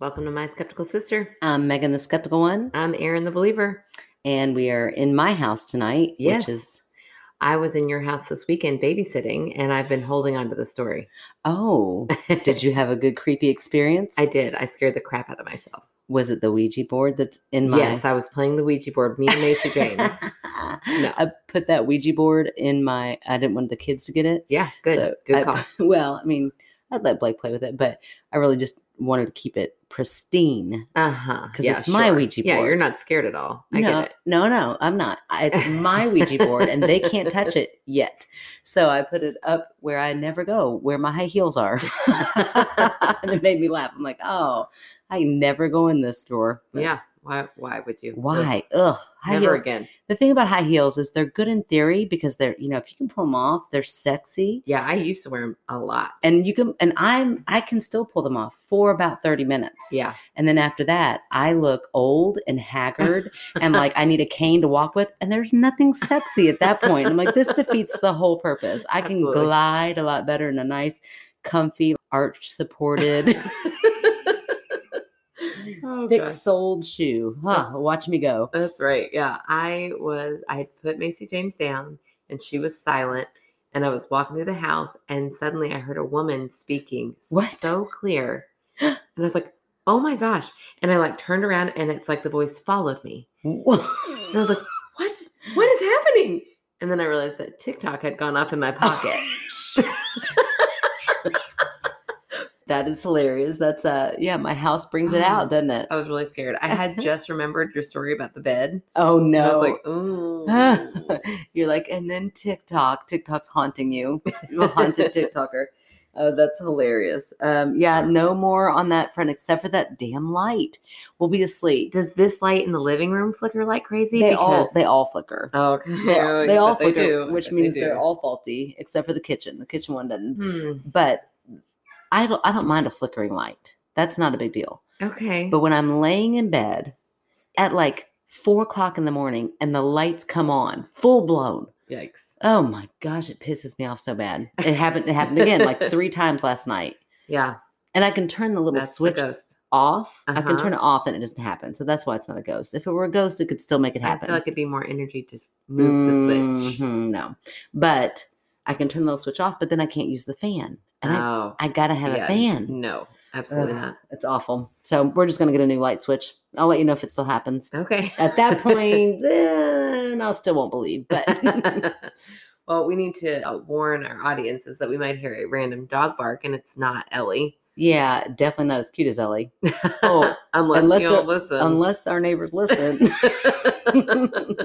Welcome to My Skeptical Sister. I'm Megan the Skeptical One, I'm Aaron the Believer. and we are in my house tonight, Yes. which is, I was in your house this weekend babysitting, and I've been holding on to the story. oh, did you have a good creepy experience? I did. I scared the crap out of myself. Was it the Ouija board that's in my Yes, I was playing the Ouija board, me and Macy James. No. I put that Ouija board in my, I didn't want the kids to get it. Yeah, good. So I- good call. Well, I mean, I'd let Blake play with it, but I really just wanted to keep it pristine. Uh huh. 'Cause it's my Ouija Yeah, you're board. not scared at all. I no, get it. no, no, I'm not. I- It's my Ouija board, and they can't touch it yet. So I put it up where I never go, where my high heels are. and it made me laugh. I'm like, oh, I never go in this door. But Yeah. Why? Why would you? Ugh, Why? Ugh. High Never heels. again. The thing about high heels is they're good in theory because they're, you know, if you can pull them off, they're sexy. Yeah, I used to wear 'em a lot. And you can, and I'm, I can still pull them off for about 30 minutes. Yeah. And then after that, I look old and haggard and like I need a cane to walk with. And there's nothing sexy at that point. I'm like, this defeats the whole purpose. I can Absolutely. glide a lot better in a nice, comfy, arch supported, Oh, thick gosh. soled shoe. Huh, That's- watch me go. That's right. Yeah. I was, I had put Macy James down and she was silent. And I was walking through the house and suddenly I heard a woman speaking What? so clear. And I was like, oh my gosh. And I like turned around and it's like the voice followed me. And I was like, what? What is happening? And then I realized that TikTok had gone off in my pocket. that is hilarious. That's uh yeah, my house brings it out, doesn't it? I was really scared. I had just remembered your story about the bed. Oh no. And I was like, ooh. You're like, and then TikTok. TikTok's haunting you. You're a haunted TikToker. Oh, that's hilarious. Um, yeah, no more on that front except for that damn light. We'll be asleep. Does this light in the living room flicker like crazy? They all they all flicker. Oh, okay. They, Oh, they yeah, all but they flicker, do. which They means do. they're all faulty except for the kitchen. The kitchen one doesn't. Hmm. But I don't I don't mind a flickering light. That's not a big deal. Okay. But when I'm laying in bed at like four o'clock in the morning and the lights come on, full blown. Yikes. Oh my gosh, it pisses me off so bad. It happened. It happened again, like three times last night. Yeah. And I can turn the little That's switch the ghost. off. I can Uh-huh. turn it off, and it doesn't happen. So that's why it's not a ghost. If it were a ghost, it could still make it I happen. feel like it'd be more energy to s- move the switch. Mhm, no, but I can turn the little switch off. But then I can't use the fan, and I, oh, I gotta have yeah, a fan. No, absolutely Ugh, not. It's awful. So we're just gonna get a new light switch. I'll let you know if it still happens. Okay. At that point, then I still won't believe. But well, we need to uh, warn our audiences that we might hear a random dog bark, and it's not Ellie. yeah, definitely not as cute as Ellie. Oh, unless, unless you don't they're- listen. unless our neighbors listen.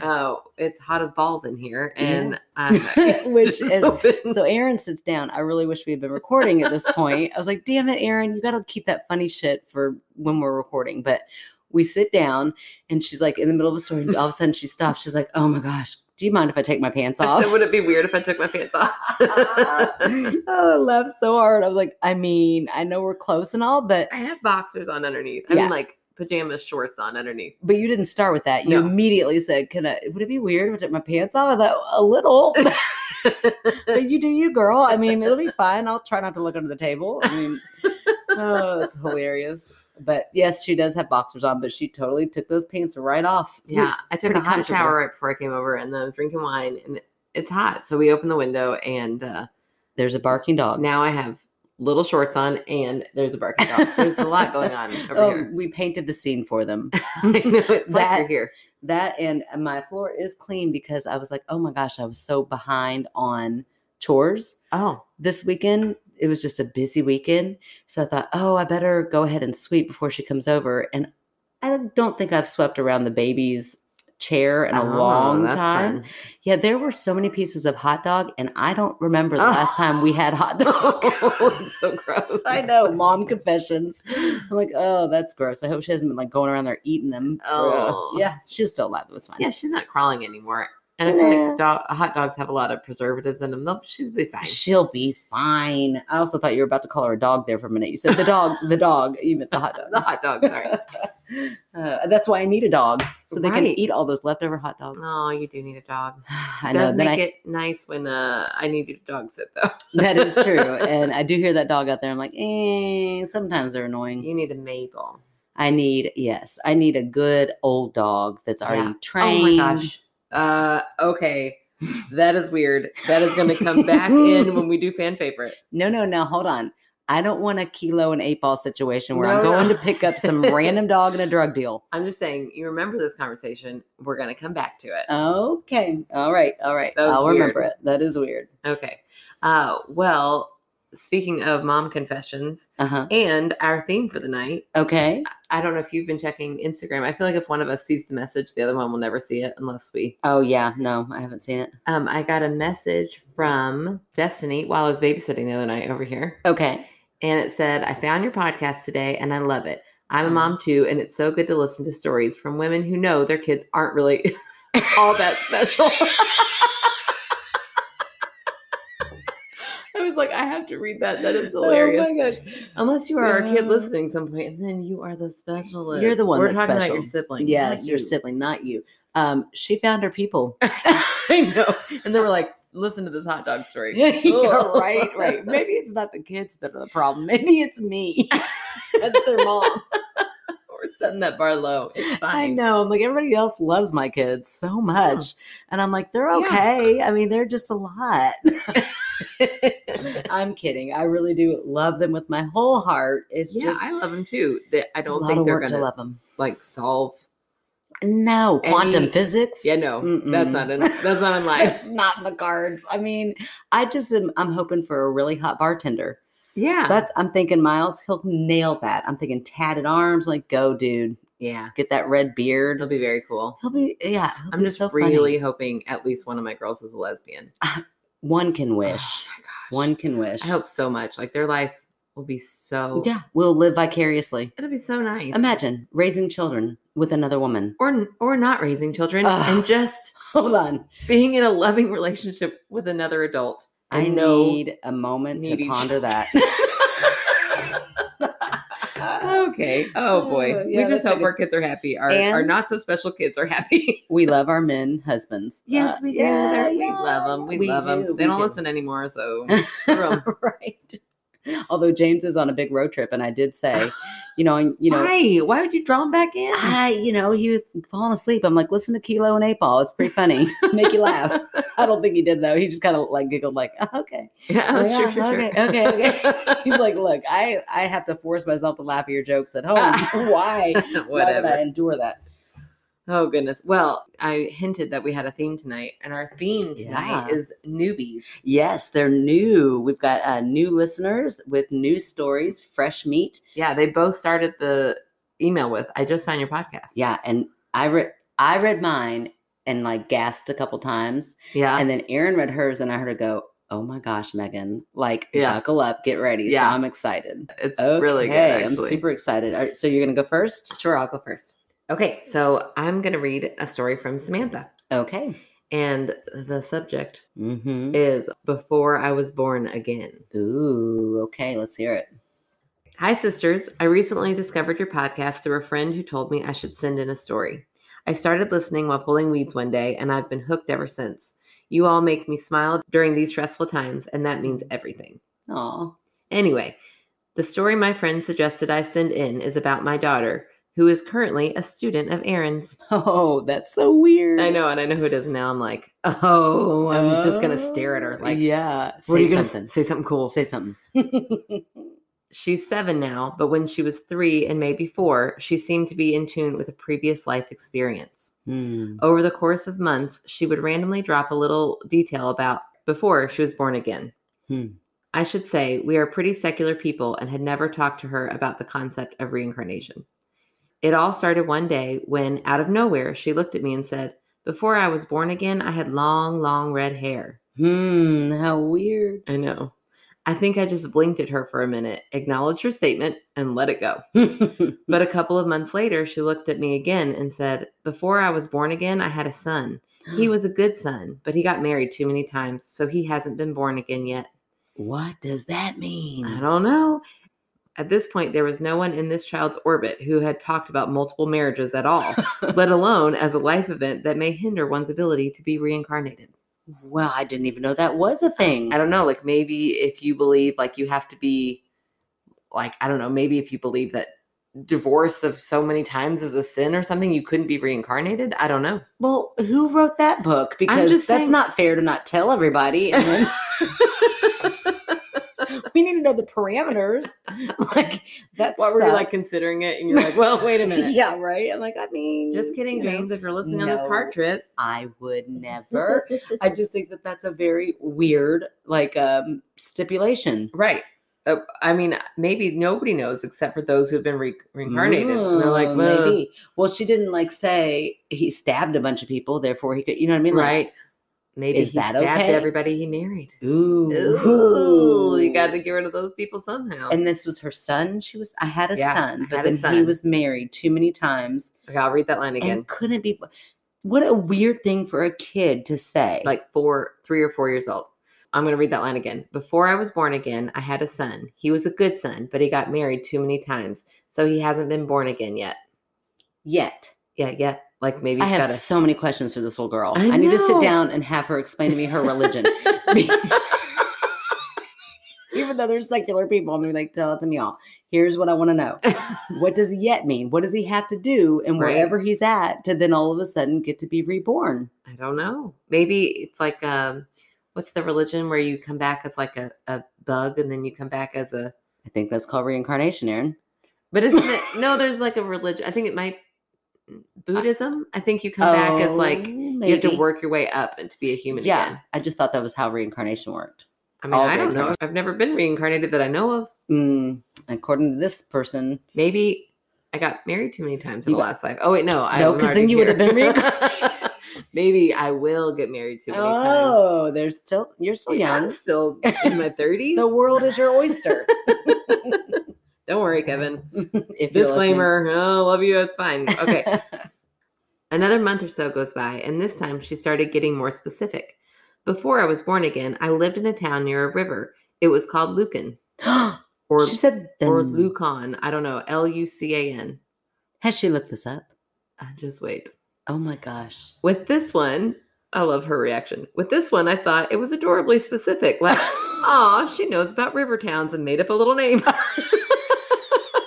oh, it's hot as balls in here, Yeah. and um, Which is- open. so Aaron sits down. I really wish we had been recording at this point. I was like, damn it, Aaron, you got to keep that funny shit for when we're recording. But we sit down and she's like in the middle of a story. And all of a sudden she stops. She's like, oh my gosh, do you mind if I take my pants I off? said, would it be weird if I took my pants off? oh, I laughed so hard. I was like, I mean, I know we're close and all, but I have boxers on underneath. I Yeah. mean, like pajama shorts on underneath. but you didn't start with that. You No. immediately said, "Can I? Would it be weird if I took my pants off?" I thought a little. but you do you, girl. I mean, it'll be fine. I'll try not to look under the table. I mean, oh, that's hilarious. But yes, she does have boxers on, but she totally took those pants right off. Yeah, I took pretty a hot comfortable. shower right before I came over, and then I'm drinking wine, and it's hot. So we opened the window, and uh, There's a barking dog. now I have little shorts on, and there's a barking dog. oh, There's a lot going on over Oh, here. we painted the scene for them. I know it's like you're that- here. That and my floor is clean because I was like, oh my gosh, I was so behind on chores. Oh, this weekend it was just a busy weekend so i thought oh i better go ahead and sweep before she comes over and i don't think i've swept around the baby's chair in a oh, long that's time fun. yeah there were so many pieces of hot dog and i don't remember the Oh. last time we had hot Oh, dog it's so gross. i know mom confessions i'm like oh that's gross i hope she hasn't been like going around there eating them for, uh, Oh. yeah she's still alive it was fine Yeah, she's not crawling anymore. And I feel Nah. like dog, hot dogs have a lot of preservatives in them. They'll, she'll be fine. She'll be fine. I also thought you were about to call her a dog there for a minute. You said the dog, the dog. You meant the hot The dog. hot dog, sorry. Uh, that's why I need a dog so they can Right. eat all those leftover hot dogs. Oh, you do need a dog. I It know. does Then make I, it nice when uh, I need you to dog sit though. that is true, and I do hear that dog out there. I'm like, eh. Sometimes they're annoying. you need a Mabel. I need yes, I need a good old dog that's already Yeah. trained. Oh my gosh. Uh, okay. That is weird. That is going to come back in when we do fan favorite. No, no, no. Hold on. I don't want a kilo and eight ball situation where I'm No, no. going to pick up some random dog in a drug deal. I'm just saying, you remember this conversation. We're going to come back to Uh. it. Okay. All right. All right. That was I'll weird. remember it. That is weird. Okay. Uh, well, speaking of mom confessions Uh huh. and our theme for the night, Okay. I don't know if you've been checking Instagram. I feel like if one of us sees the message, the other one will never see it unless we. Oh yeah. No, I haven't seen it. Um, I got a message from Destiny while I was babysitting the other night over here. Okay. and it said, I found your podcast today and I love it. I'm a Oh. mom too, and it's so good to listen to stories from women who know their kids aren't really all that special. I was like, I have to read that. That is hilarious. Oh my gosh. Unless you are a kid Yeah. listening some point, then you are the specialist. You're the one We're that's talking about your special. sibling. yes, not your you. sibling, not you. Um, she found her people. I know. And then we're like, listen to this hot dog story. You're right, right. Maybe it's not the kids that are the problem. Maybe it's me. That's their mom. We're setting that bar low. It's fine. I know. I'm like, everybody else loves my kids so much. And I'm like, they're Yeah. okay. I mean, they're just a lot. I'm kidding. I really do love them with my whole heart. It's yeah, just, I love them too. They- I it's a don't lot think of they're work gonna to love them. like solve. No, quantum Any- physics. Yeah, no, Mm-mm. that's not in, that's not in life. It's not in the cards. I mean, I just am. I'm hoping for a really hot bartender. yeah, That's. I'm thinking Miles. He'll nail that. I'm thinking tatted arms. Like, go, dude. yeah, Get that red beard. it'll be very cool. He'll be. Yeah. he'll I'm be just so funny. really hoping at least one of my girls is a lesbian. One can Oh wish. my gosh. One can wish. I hope so much. Like their life will be so. Yeah, we'll live vicariously. it'll be so nice. Imagine raising children with another woman. or or not raising children Ugh. and just Hold on. being in a loving relationship with another adult. I and no- need a moment to needy ponder that. Okay. Oh boy. Oh, yeah, we just that's a hope good- our kids are happy. Our And- our not so special kids are happy. we love our men husbands. Yes, Uh, we do. yeah, They're we yeah, love them. We, love 'em. love do, them. They we don't do. listen anymore, so screw 'em. right. Although James is on a big road trip, and I did say, you know, and, you know, why? Why would you draw them back in? I, you know, he was falling asleep. I'm like, listen to Kilo and Eight Ball. It's pretty funny. Make you laugh. I don't think he did though. He just kind of like giggled, like, "Oh, okay. yeah, oh, Yeah, sure, sure, sure. okay, okay, He's like, look, I I have to force myself to laugh at your jokes at home. Why? Why would I Whatever. endure that? Oh goodness. Well, I hinted that we had a theme tonight, and our theme tonight Yeah. is newbies. Yes, they're new. We've got uh, new listeners with new stories, fresh meat. Yeah, they both started the email with "I just found your podcast." Yeah, and I read I read mine and like gasped a couple times, yeah. and then Erin read hers, and I heard her go, "Oh my gosh, Megan! Like, Yeah. buckle up, get ready." Yeah. So I'm excited. it's Okay, really good. I'm actually. super excited. All right, so you're gonna go first? Sure, I'll go first. Okay, so I'm gonna read a story from Samantha, Okay. and the subject Mm-hmm. is "Before I Was Born Again." Ooh. Okay. Let's hear it. Hi, sisters. I recently discovered your podcast through a friend who told me I should send in a story. I started listening while pulling weeds one day, and I've been hooked ever since. You all make me smile during these stressful times, and that means everything. Oh. Anyway, the story my friend suggested I send in is about my daughter, who is currently a student of Aaron's. Oh, that's so weird. I know, and I know who it is now. I'm like, oh, I'm just going to Oh, stare at her like, yeah. what are Say you gonna- something. Say something cool. Say something. She's seven now, but when she was three and maybe four, she seemed to be in tune with a previous life experience. Hmm. Over the course of months, she would randomly drop a little detail about before she was born again. Hmm. I should say, we are pretty secular people and had never talked to her about the concept of reincarnation. It all started one day when, out of nowhere, she looked at me and said, Before I was born again, I had long, long red hair. Hmm. How weird. I know. I think I just blinked at her for a minute, acknowledged her statement, and let it go. But a couple of months later, she looked at me again and said, Before I was born again, I had a son. He was a good son, but he got married too many times, so he hasn't been born again yet. What does that mean? I don't know. At this point, there was no one in this child's orbit who had talked about multiple marriages at all, let alone as a life event that may hinder one's ability to be reincarnated. Well, I didn't even know that was a thing. I don't know, like maybe if you believe like you have to be like I don't know, maybe if you believe that divorce of so many times is a sin or something, you couldn't be reincarnated. I don't know. Well, who wrote that book? Because just that's saying- not fair to not tell everybody. And then we need to know the parameters. Like that's What were you like sucks. considering it? And you're like, well, wait a minute. Yeah, right. I'm like, I mean, Just kidding, you know, James. If you're listening on this No. portrait, I would never. I just think that that's a very weird, like, um, stipulation. right. Uh, I mean, maybe nobody knows except for those who've been re- reincarnated. And they're like, Mm, well, maybe. Well, she didn't like say he stabbed a bunch of people, therefore he could. You know what I mean? Like, right. Maybe is he that stabbed okay? everybody he married. Ooh. Ooh, you got to get rid of those people somehow. And this was her son. She was. I had a Yeah, son, I but had a then he son. was married too many times okay, I'll read that line again. and couldn't be. What a weird thing for a kid to say. like four, three or four years old. I'm going to read that line again. Before I was born again, I had a son. He was a good son, but he got married too many times. So he hasn't been born again yet. yet. Yeah, yeah. Like maybe I he's have got a. so many questions for this little girl. I I, need to know. sit down and have her explain to me her religion. Even though they're secular people, I'm gonna be like, tell it to me all. Here's what I want to know. What does yet mean? What does he have to do and Right. wherever he's at to then all of a sudden get to be reborn? I don't know. Maybe it's like um, what's the religion where you come back as like a, a bug and then you come back as a. I think that's called reincarnation, Aaron. But isn't it no? There's like a religion. I think it might mm, Buddhism. I think you come back as like Oh, you have to maybe. work your way up and to be a human Yeah, again. I just thought that was how reincarnation worked. I mean, All I don't know. reincarnation. I've never been reincarnated that I know of. Mm, according to this person, Maybe I got married too many times in You the got- last life. Oh wait, no, I No, am 'cause then already you would've here. been reincarnated. Maybe I will get married too many times. oh, there's still you're still Yeah, young. I'm still in my 30s. The world is your oyster. Don't worry, Kevin. if you're listening. Disclaimer. Oh, love you. It's fine. Okay. Another month or so goes by, and this time she started getting more specific. Before I was born again, I lived in a town near a river. It was called Lucan or she said, or then- Lucan. I don't know. L U C A N. Has she looked this up? Uh, Just wait. Oh my gosh. With this one, I love her reaction. With this one, I thought it was adorably specific. Like, aw, she knows about river towns and made up a little name.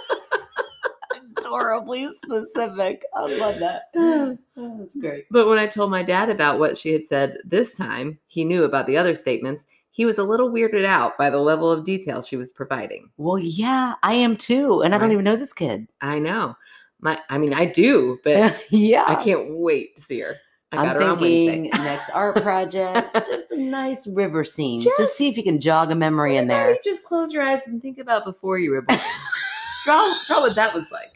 Adorably specific. I love that. Oh, that's great. But when I told my dad about what she had said this time, he knew about the other statements. He was a little weirded out by the level of detail she was providing. Well, yeah, I am too. And I don't Right. even know this kid. I know. My I mean I do, but yeah. I can't wait to see her. I got am her thinking on Wednesday. next art project, just a nice river scene. Just, Just- see if you can jog a memory in there. Everybody Just close your eyes and think about before you were born. draw draw what that was like.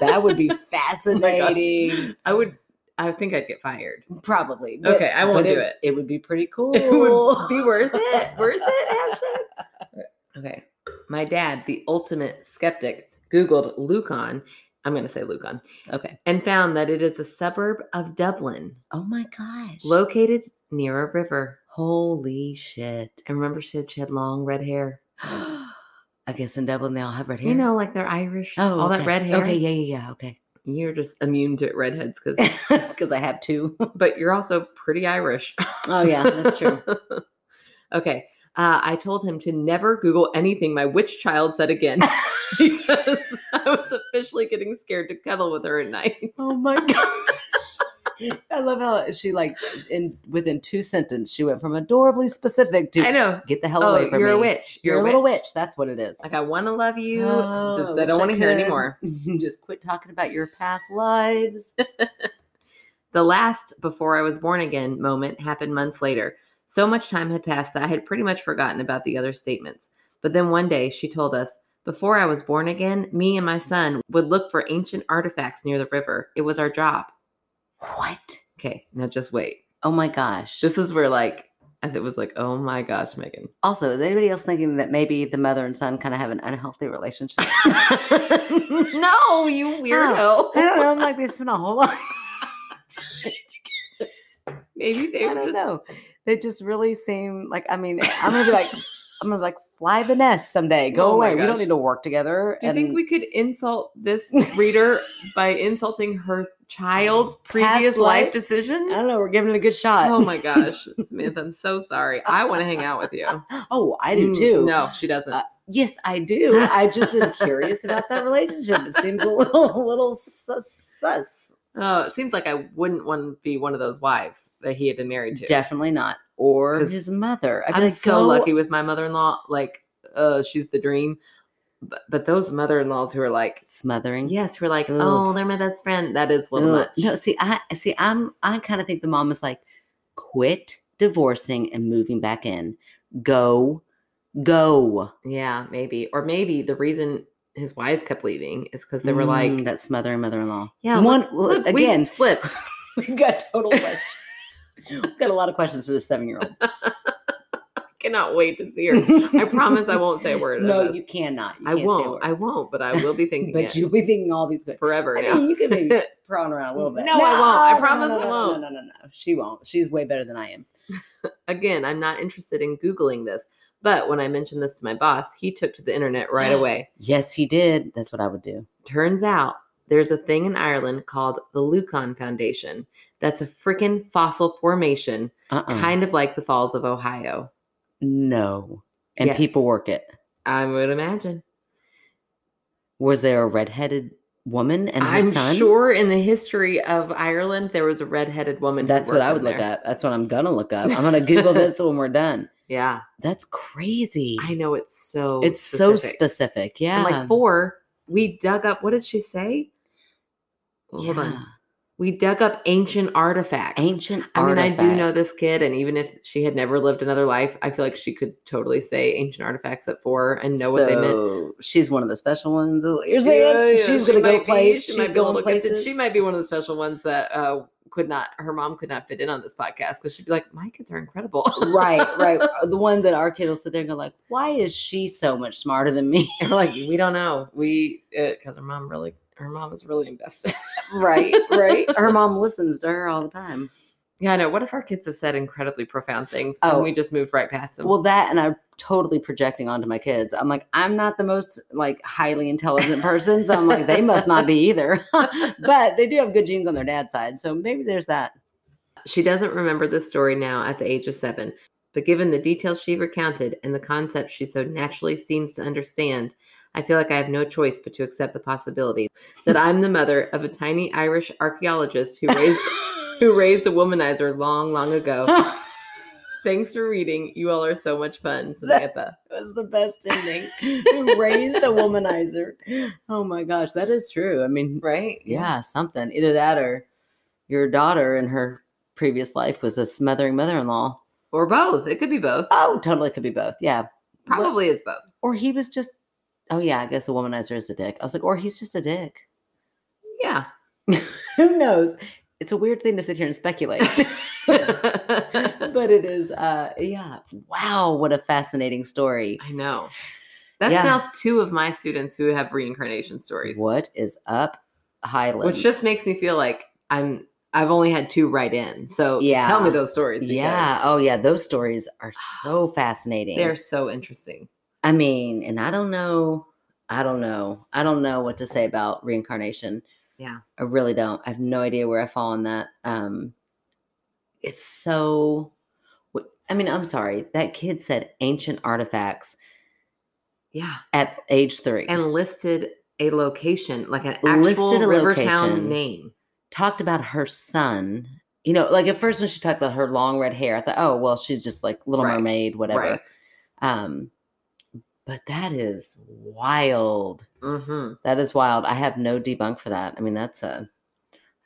that would be Oh my gosh. fascinating. I would I think I'd get fired. Probably. Okay, I won't but do It would be pretty cool. It would be worth it. Worth it, Ashley. Okay. My dad, the ultimate skeptic, Googled Lucan. I'm gonna say Lucan. okay. and found that it is a suburb of Dublin Oh my gosh. located near a river. Holy shit. And remember, she said she had long red hair. I guess in Dublin they all have red hair. You know, like they're Irish. oh, all that okay. red hair. Okay, yeah, yeah, yeah. Okay, You're just immune to redheads, because because I have two. but you're also pretty Irish. Oh yeah, that's true. okay. Uh, I told him to never Google anything my witch child said again because I was officially getting scared to cuddle with her at night. oh my gosh. I love how she like in within two sentences she went from adorably specific to I know. get the hell Oh, away from you're a me. witch. You're, You're, a witch. little witch. That's what it is. Like I want to love you. Oh, just I wish don't want to hear could. anymore. Just quit talking about your past lives. The last before I was born again moment happened months later. So much time had passed that I had pretty much forgotten about the other statements. But then one day she told us, before I was born again, me and my son would look for ancient artifacts near the river. It was our job. what? Okay, now just wait. Oh my gosh. This is where like I th- it was like, oh my gosh, Megan. also, is anybody else thinking that maybe the mother and son kind of have an unhealthy relationship? no, you I don't know. I'm like, they spend a whole lot. Maybe they I were don't just know. They just really seem like, I mean, I'm going to be like, I'm gonna be like fly the nest someday. Go Oh my away. We don't gosh. need to work together. Do you think and we could insult this reader by insulting her child's previous life life? decisions? I don't know. We're giving it a good shot. Oh my gosh, Smith, I'm so sorry. I want to hang out with you. Oh, I do Mm, too. No, she doesn't. Uh, Yes, I do. I just am curious about that relationship. It seems a little, a little sus. sus. oh, it seems like I wouldn't want to be one of those wives that he had been married to. Definitely not. Or 'Cause his mother. I'd be I'm like, so "Go lucky with my mother-in-law. Like, uh, she's the dream. But, but those mother-in-laws who are like, Smothering. yes, we're like, Ugh. oh, they're my best friend. That is a little Ugh. much. No, see, I see. I'm. I kind of think the mom is like, quit divorcing and moving back in. Go, go. Yeah, maybe. Or maybe the reason his wives kept leaving is because they were like, Mm, that smothering mother-in-law. Yeah, look- One well, look, we again. flipped. We, have got total questions. We've got a lot of questions for this seven-year-old. Cannot wait to see her. I promise I won't say a word. of No, this. you cannot. You I can't say a won't. word. I won't. But I will be thinking But it you'll be thinking all these questions. forever I now. mean, you could be prowling around a little bit. No, I won't. I no, no, promise no, I no, won't. No, no, no, no. She won't. She's way better than I am. Again, I'm not interested in googling this. But when I mentioned this to my boss, he took to the internet right away. Yes, he did. That's what I would do. Turns out there's a thing in Ireland called the Lucan Foundation. That's a freaking fossil formation, Uh-uh. kind of like the Falls of Ohio. No. And Yes. people work it. I would imagine. Was there a redheaded woman and her I'm son? sure in the history of Ireland there was a redheaded woman. who That's what worked I in would look there. up. That's what I'm gonna look up. I'm gonna Google this when we're done. Yeah, That's crazy. I know it's so. it's so specific. Yeah. And like four, we dug up. What did she say? Well, Hold Yeah. on. We dug up ancient artifacts. Ancient I mean, I do know artifact. this kid, and even if she had never lived another life, I feel like she could totally say ancient artifacts at four and know what they meant. So, She's one of the special ones. Is what you're saying? Yeah, yeah, She's she gonna might go be- place. she might she's be a going little gifted. places. She might be one of the special ones that uh, could not. Her mom could not fit in on this podcast because she'd be like, "My kids are incredible." right, right. Uh, The one that our kid will sit there and go like, "Why is she so much smarter than me?" And we're like, "We don't know. We because her mom really, her mom is really invested." right, right. Her mom listens to her all the time. yeah, I know. What if our kids have said incredibly profound things and Oh. we just moved right past them? Well, that and I'm totally projecting onto my kids. I'm like, I'm not the most like highly intelligent person, so I'm like, they must not be either. but they do have good genes on their dad's side, so maybe there's that. She doesn't remember this story now at the age of seven, but given the details she recounted and the concepts she so naturally seems to understand, I feel like I have no choice but to accept the possibility that I'm the mother of a tiny Irish archaeologist who raised who raised a womanizer long, long ago. it Thanks for reading. You all are so much fun, Samantha. was the best ending. Who raised a womanizer? Oh my gosh, that is true. I mean, Right? yeah, something. Either that or your daughter in her previous life was a smothering mother-in-law. Or both. It could be both. Oh, totally could be both. Yeah. Well- Probably it's both. Or he was just Oh yeah, I guess a womanizer is a dick. I was like, or he's just a dick. Yeah. Who knows? It's a weird thing to sit here and speculate. I but it is uh yeah. Wow, what a fascinating story. know. That's Yeah. now two of my students who have reincarnation stories. What is up Highland? which just makes me feel like I'm I've only had two right in. So Yeah. tell me those stories. because Yeah. Oh yeah, those stories are so fascinating. Ah. they're so interesting. I mean, and I don't know. I don't know. I don't know what to say about reincarnation. Yeah. I really don't. I have no idea where I fall on that. Um it's so wh- I mean, I'm sorry. That kid said ancient artifacts Yeah, at age 3. and listed a location like an actual Listed a river location. town name. talked about her son. You know, like at first when she talked about her long red hair, I thought, "Oh, well, she's just like Little Right. Mermaid, whatever." Right. Um but that is wild. hmm That is wild. I have no debunk for that. I mean, that's a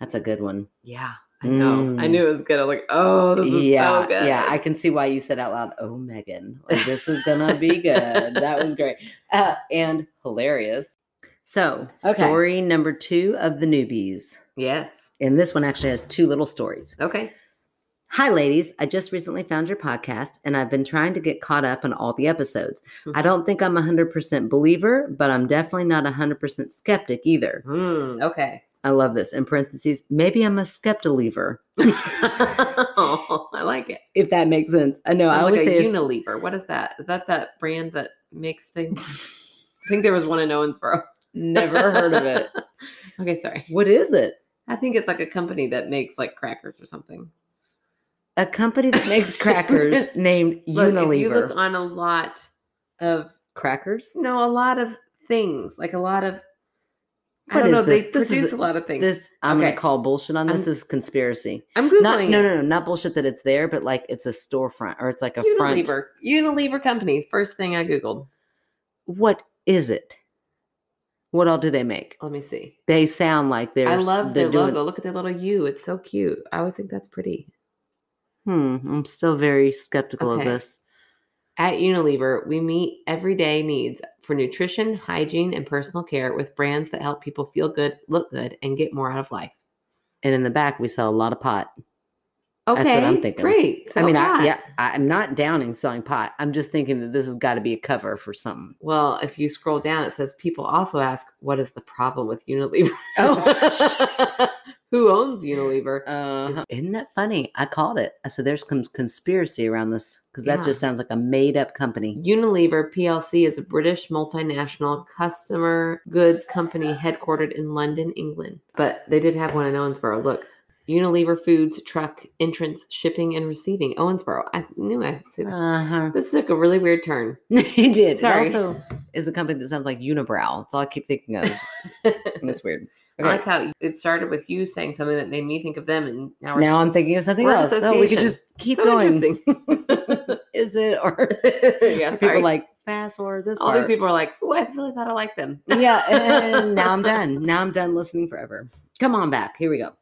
that's a good one. Yeah, I know. I Mm. knew it was good. I'm like, oh, this is yeah, so good. yeah. I can see why you said out loud, "Oh, Megan, like, this is gonna be good." that was great uh, and hilarious. So, Okay. story number two of the newbies, yes. and this one actually has two little stories. Okay. Hi, ladies. I just recently found your podcast and I've been trying to get caught up on all the episodes. Mm-hmm. I don't think I'm a 100% believer, but I'm definitely not a 100% skeptic either. Hmm. okay. I love this. In parentheses, maybe I'm a skeptilever. oh, I like it. if that makes sense. I know. I Sounds always like say a it's- Unilever. What is that? Is that that brand that makes things? I think there was one in Owensboro. never heard of it. Okay, sorry. What is it? I think it's like a company that makes like crackers or something. A company that makes crackers named Look, Unilever. If you look on a lot of crackers. no, a lot of things, like a lot of I What don't is know. They this? This is produce a- a lot of things. This I'm Okay. gonna call bullshit on this I'm- is conspiracy. I'm googling Not no it. no no not bullshit that it's there, but like it's a storefront or it's like a Unilever. front. Unilever company. First thing I googled. What is it? What all do they make? Let me see. They sound like they're. I s- love they're their doing- logo. Look at their little U. It's so cute. I always think that's pretty. Hmm, I'm still very skeptical Okay. of this. At Unilever, we meet everyday needs for nutrition, hygiene, and personal care with brands that help people feel good, look good, and get more out of life. And in the back, we sell a lot of pot. Okay, what I'm thinking. Great. I mean, Sell I, that. yeah, I'm not downing selling pot. I'm just thinking that this has got to be a cover for something. Well, if you scroll down, it says people also ask, "What is the problem with Unilever? Who owns Unilever?" Oh, Uh-huh. Uh, isn't that funny? I called it. I said, "There's some conspiracy around this because that Yeah. just sounds like a made-up company." Unilever plc is a British multinational customer goods company headquartered in London, England. But they did have one in Owensboro. Look, Unilever Foods truck entrance shipping and receiving Owensboro. I knew I see that. Uh huh. This took a really weird turn. it did. Sorry. It also is a company that sounds like Unibrow. That's all I keep thinking of. and it's weird. I Okay. like how it started with you saying something that made me think of them, and now we're now I'm thinking of something Word else. So we could association. just keep so going. interesting. Is it or yeah, people sorry. like fast forward this All these part. people are like, "Oh, I really thought I liked them." yeah, and now I'm done. Now I'm done listening forever. Come on back. Here we go.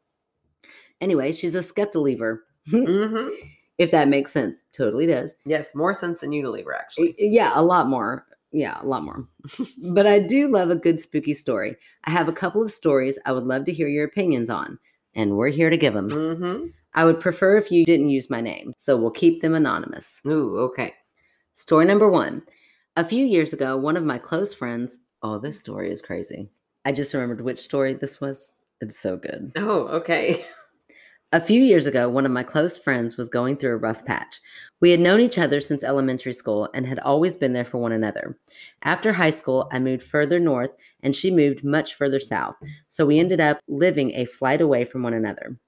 Anyway, she's a skeptilever. Mm-hmm. hmm If that makes sense, totally does. Yes, more sense than Unilever actually. Y- Yeah, a lot more. Yeah, a lot more. but I do love a good spooky story. I have a couple of stories I would love to hear your opinions on, and we're here to give them. hmm I would prefer if you didn't use my name, so we'll keep them anonymous. Ooh, okay. Story number one. A few years ago, one of my close friends, oh, this story is crazy. I just remembered which story this was. It's so good. Oh, okay. A few years ago, one of my close friends was going through a rough patch. We had known each other since elementary school and had always been there for one another. After high school, I moved further north and she moved much further south, so we ended up living a flight away from one another.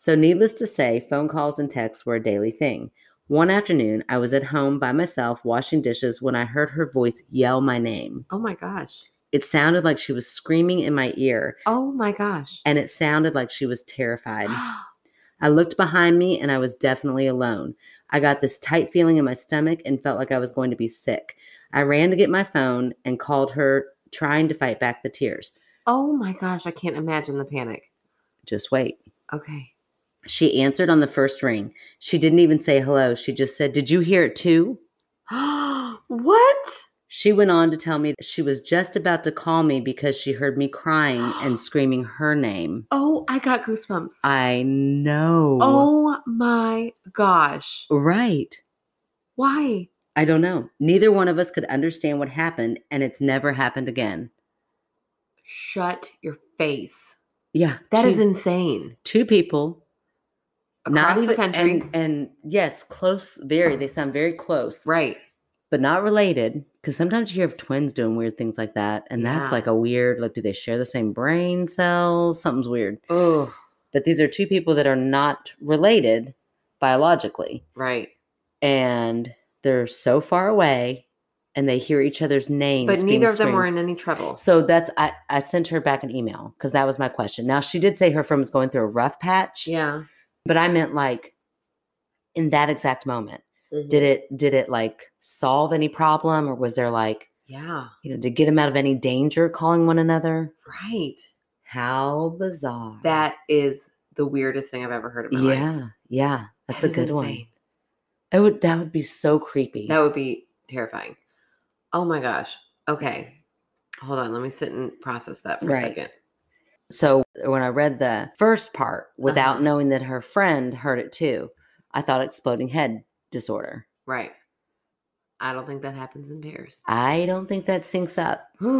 So, needless to say, phone calls and texts were a daily thing. One afternoon, I was at home by myself washing dishes when I heard her voice yell my name. Oh my gosh. It sounded like she was screaming in my ear, Oh my gosh. and it sounded like she was terrified. I looked behind me and I was definitely alone. I got this tight feeling in my stomach and felt like I was going to be sick. I ran to get my phone and called her, trying to fight back the tears. oh my gosh. I can't imagine the panic. Just wait. Okay. She answered on the first ring. She didn't even say hello. She just said, Did you hear it too? what? She went on to tell me that she was just about to call me because she heard me crying and screaming her name. Oh, I got goosebumps. I know. oh my gosh. right. Why? I don't know. Neither one of us could understand what happened, and it's never happened again. Shut your face. Yeah. That two, is insane. two people. Across the even- country. And, and yes, close, very. They sound very close, right. but not related. Because sometimes you hear of twins doing weird things like that. And Yeah. that's like a weird, like, do they share the same brain cells? Something's weird. Oh, But these are two people that are not related biologically. right. And they're so far away and they hear each other's names. But being neither of them were screamed. in any trouble. So that's I, I sent her back an email because that was my question. Now she did say her friend was going through a rough patch. Yeah. but i meant like in that exact moment did it did it like solve any problem or was there like Yeah. you know to get him out of any danger calling one another Right. how bizarre That is the weirdest thing I've ever heard of. my life. yeah yeah that's That a is good one insane. it would that would be so creepy That would be terrifying. Oh my gosh. Okay. Hold on. Let me sit and process that for Right. a second. so when i read the first part without Uh-huh. knowing that her friend heard it too i thought exploding head disorder Right. I don't think that happens in pairs. I don't think that syncs up. so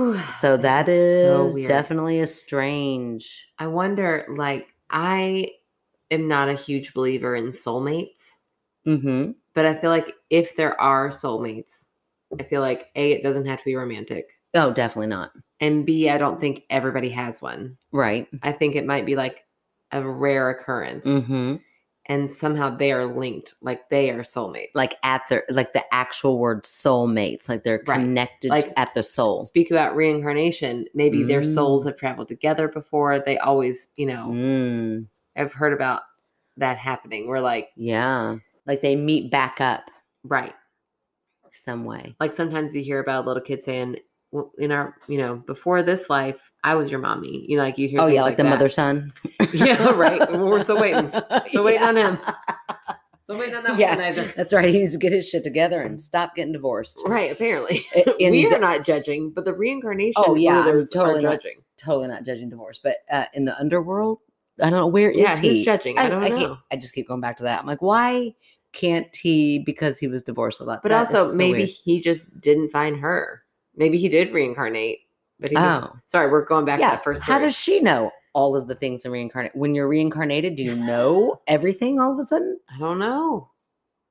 So that Ah, so is weird. definitely a strange. I wonder, like, I am not a huge believer in soulmates, Mm-hmm. but I feel like if there are soulmates, I feel like A, it doesn't have to be romantic. Oh, definitely not. And B, I Mm-hmm. don't think everybody has one. Right. I think it might be like a rare occurrence. Mm-hmm. And somehow they are linked, like they are soulmates. Like at their like the actual word soulmates, like they're Right. connected Like- at their soul. speak about reincarnation. Maybe their Mm. souls have traveled together before. They always, you know, Mm, I've heard about that happening. We're like, yeah. Like they meet back up right. some way. Like sometimes you hear about a little kid saying, "Well, in our, you know, before this life, I was your mommy. You know, like you hear, Oh things yeah, like, the that. mother son. yeah, right. Well, we're still waiting. Still waiting on him. Still waiting on that Yeah. organizer. That's right. He needs to get his shit together and stop getting divorced. Right, apparently. I- in we the- are not judging, but the reincarnation Oh, yeah, I'm rulers totally are not- judging. Totally not judging divorce, but uh, in the underworld, I don't know where is Yeah, he. who's judging? I, don't can't- know. I just keep going back to that. I'm like, why can't he? Because he was divorced a lot. But That is also, so maybe weird. he just didn't find her. Maybe he did reincarnate, but he just oh, Sorry, we're going back yeah. to that first. How word. does she know all of the things in reincarnate? When you're reincarnated, do you know everything all of a sudden I don't know.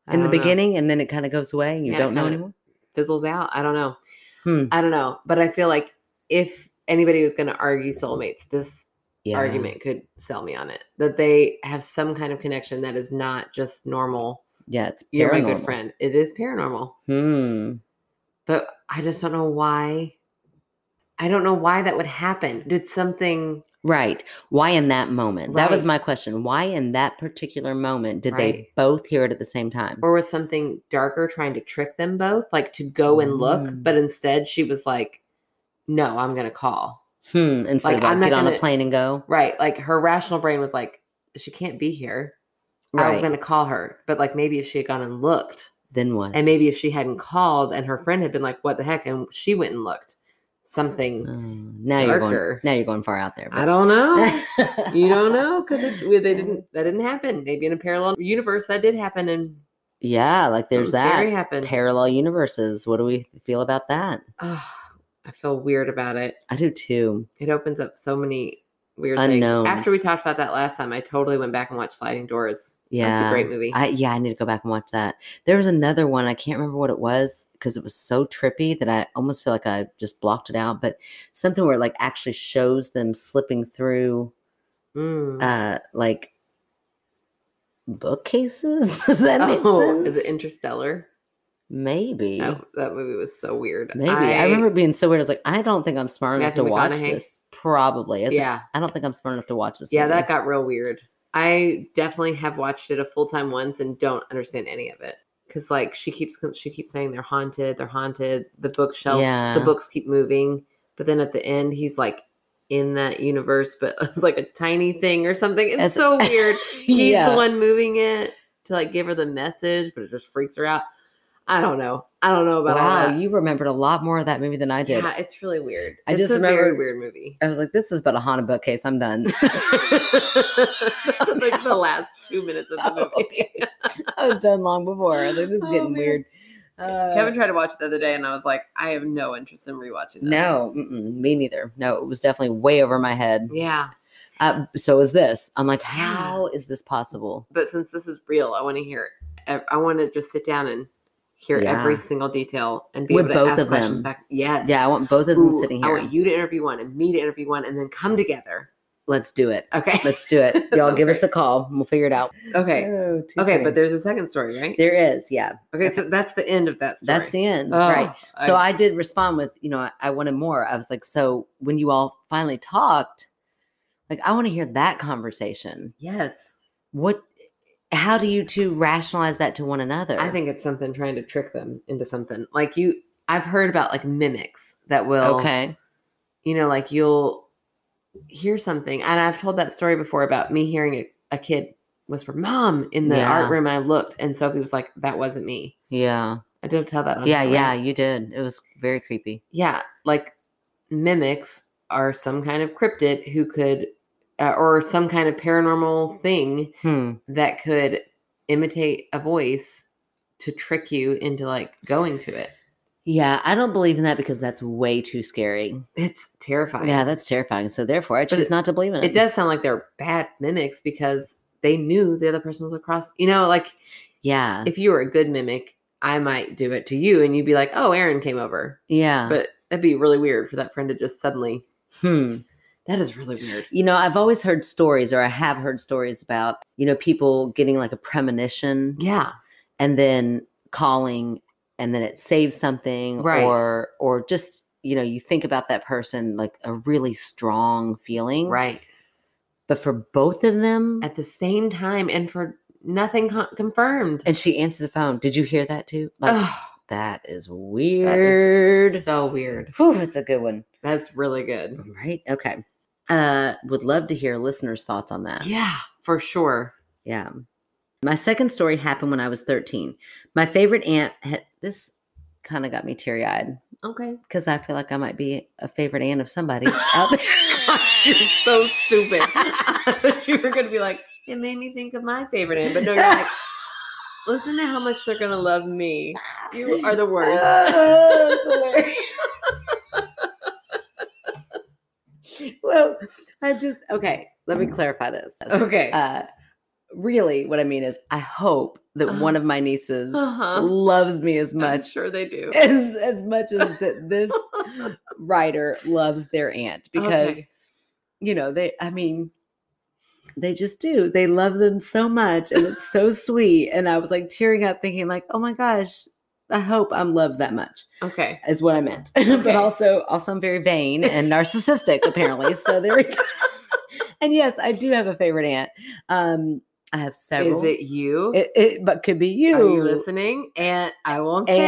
I in the don't know. beginning, and then it kind of goes away, and you Yeah, it don't know kinda- anymore? fizzles out. I don't know. Hmm. I don't know. But I feel like if anybody was going to argue soulmates, this Yeah. argument could sell me on it. That they have some kind of connection that is not just normal. Yeah, it's You're my paranormal. good friend. It is paranormal. Hmm. But I just don't know why. I don't know why that would happen. Did something Right. Why in that moment? That was Right. my question. Why in that particular moment did Right. they both hear it at the same time? or was something darker trying to trick them both, like to go and look, Mm. but instead she was like, "No, I'm going to call." Hmm. Instead Like, of like, I'm not get on gonna- a plane and go. Right. Like her rational brain was like, she can't be here. I'm Right. going to call her. But like maybe if she had gone and looked, then what? and maybe if she hadn't called and her friend had been like, what the heck? And she went and looked, something. Oh, now you're going. darker. Now you're going far out there. I don't know. but- you don't know because they didn't, that didn't happen. Maybe in a parallel universe that did happen. And Yeah, like there's something that Scary happened. parallel universes. What do we feel about that? Ugh, I feel weird about it. I do too. It opens up so many weird Unknowns. things. After we talked about that last time, I totally went back and watched Sliding Doors. Yeah, That's a great movie. I, yeah, I need to go back and watch that. There was another one. I can't remember what it was because it was so trippy that I almost feel like I just blocked it out. But something where it like actually shows them slipping through Mm. uh like bookcases. Does that make Oh, sense? is it Interstellar? Maybe. Oh, that movie was so weird. Maybe. I, remember it being so weird. I was like, I don't think I'm smart enough Matthew to watch McConaughey? this. Probably. It's like, yeah, I don't think I'm smart enough to watch this. yeah, movie. that got real weird. I definitely have watched it a full time once and don't understand any of it because like she keeps she keeps saying they're haunted, they're haunted. The bookshelves, Yeah. the books keep moving, but then at the end he's like in that universe, but it's like a tiny thing or something. It's That's- so weird. He's yeah. the one moving it to like give her the message, but it just freaks her out. I don't know. I don't know about all wow, that. you remembered a lot more of that movie than I did. Yeah, it's really weird. I It's just a very remember- weird movie. I was like, this is but a haunted bookcase. I'm done. That's like the last two minutes of the Oh, movie. I was done long before. I was like, this is Oh, getting man. weird. Uh, Kevin tried to watch it the other day, and I was like, I have no interest in rewatching. This. no, mm-mm, me neither. No, it was definitely way over my head. Yeah, Uh, so is this. I'm like, how is this possible? but since this is real, I want to hear. It. I want to just sit down and hear every Yeah. single detail and be With able to both ask of questions them. back. Yes. Yeah, I want both of them Ooh, sitting I here. want you to interview one and me to interview one, and then come together. Let's do it. Okay. Let's do it. Y'all Sounds give us great. a call. and We'll figure it out. okay. Oh, too Okay, funny. but there's a second story, right? there is. Yeah, Okay, so that's the end of that story. that's the end. Oh, Right. So I, did respond with, you know, I, I wanted more. I was like, so when you all finally talked, like, I want to hear that conversation. yes, What, how do you two rationalize that to one another? I think it's something trying to trick them into something. Like you, I've heard about like mimics that will, okay. you know, like you'll hear something. And I've told that story before about me hearing a, a kid whisper, Mom, in the Yeah. art room. I looked, and Sophie was like, That wasn't me. Yeah. I did tell that on Yeah. here, Yeah. right? You did. It was very creepy. Yeah. Like mimics are some kind of cryptid who could, uh, or some kind of paranormal thing Hmm. that could imitate a voice to trick you into like going to it. Yeah, I don't believe in that because that's way too scary. It's terrifying. Yeah, that's terrifying. So therefore, I But choose it- not to believe in it. It does sound like they're bad mimics because they knew the other person was across. You know, like Yeah, if you were a good mimic, I might do it to you and you'd be like, oh, Aaron came over. yeah. But that'd be really weird for that friend to just suddenly, hmm. that is really weird. You know, I've always heard stories, or I have heard stories about you know people getting like a premonition Yeah. and then calling, and then it saves something, Right. or or just you know you think about that person like a really strong feeling, Right. But for both of them, At the same time and for nothing con- confirmed. and she answered the phone. Did you hear that too? Like Ugh, that is weird. so weird. Whew, it's a good one, That's really good. right? Okay. Uh, would love to hear listeners' thoughts on that. Yeah, for sure. Yeah. My second story happened when I was 13. My favorite aunt had this kind of got me teary eyed Okay. because I feel like I might be a favorite aunt of somebody's out there. You're so stupid. I thought you were going to be like, it made me think of my favorite aunt. But no, you're like, listen to how much they're going to love me. You are the worst. Oh, that's hilarious. well, I just, okay, let me clarify this. okay. Uh, really, what I mean is, I hope that one of my nieces huh. loves me as I'm much Uh-huh. sure they do. as as much as that this writer loves their aunt because Okay. you know they i mean they just do they love them so much and it's so sweet and i was like tearing up thinking like oh my gosh i hope i'm loved that much Okay. is what i meant Okay. but also also i'm very vain and narcissistic apparently so there we go and yes i do have a favorite aunt um i have several Is it you? it, it but could be you Are you listening? And I won't say. You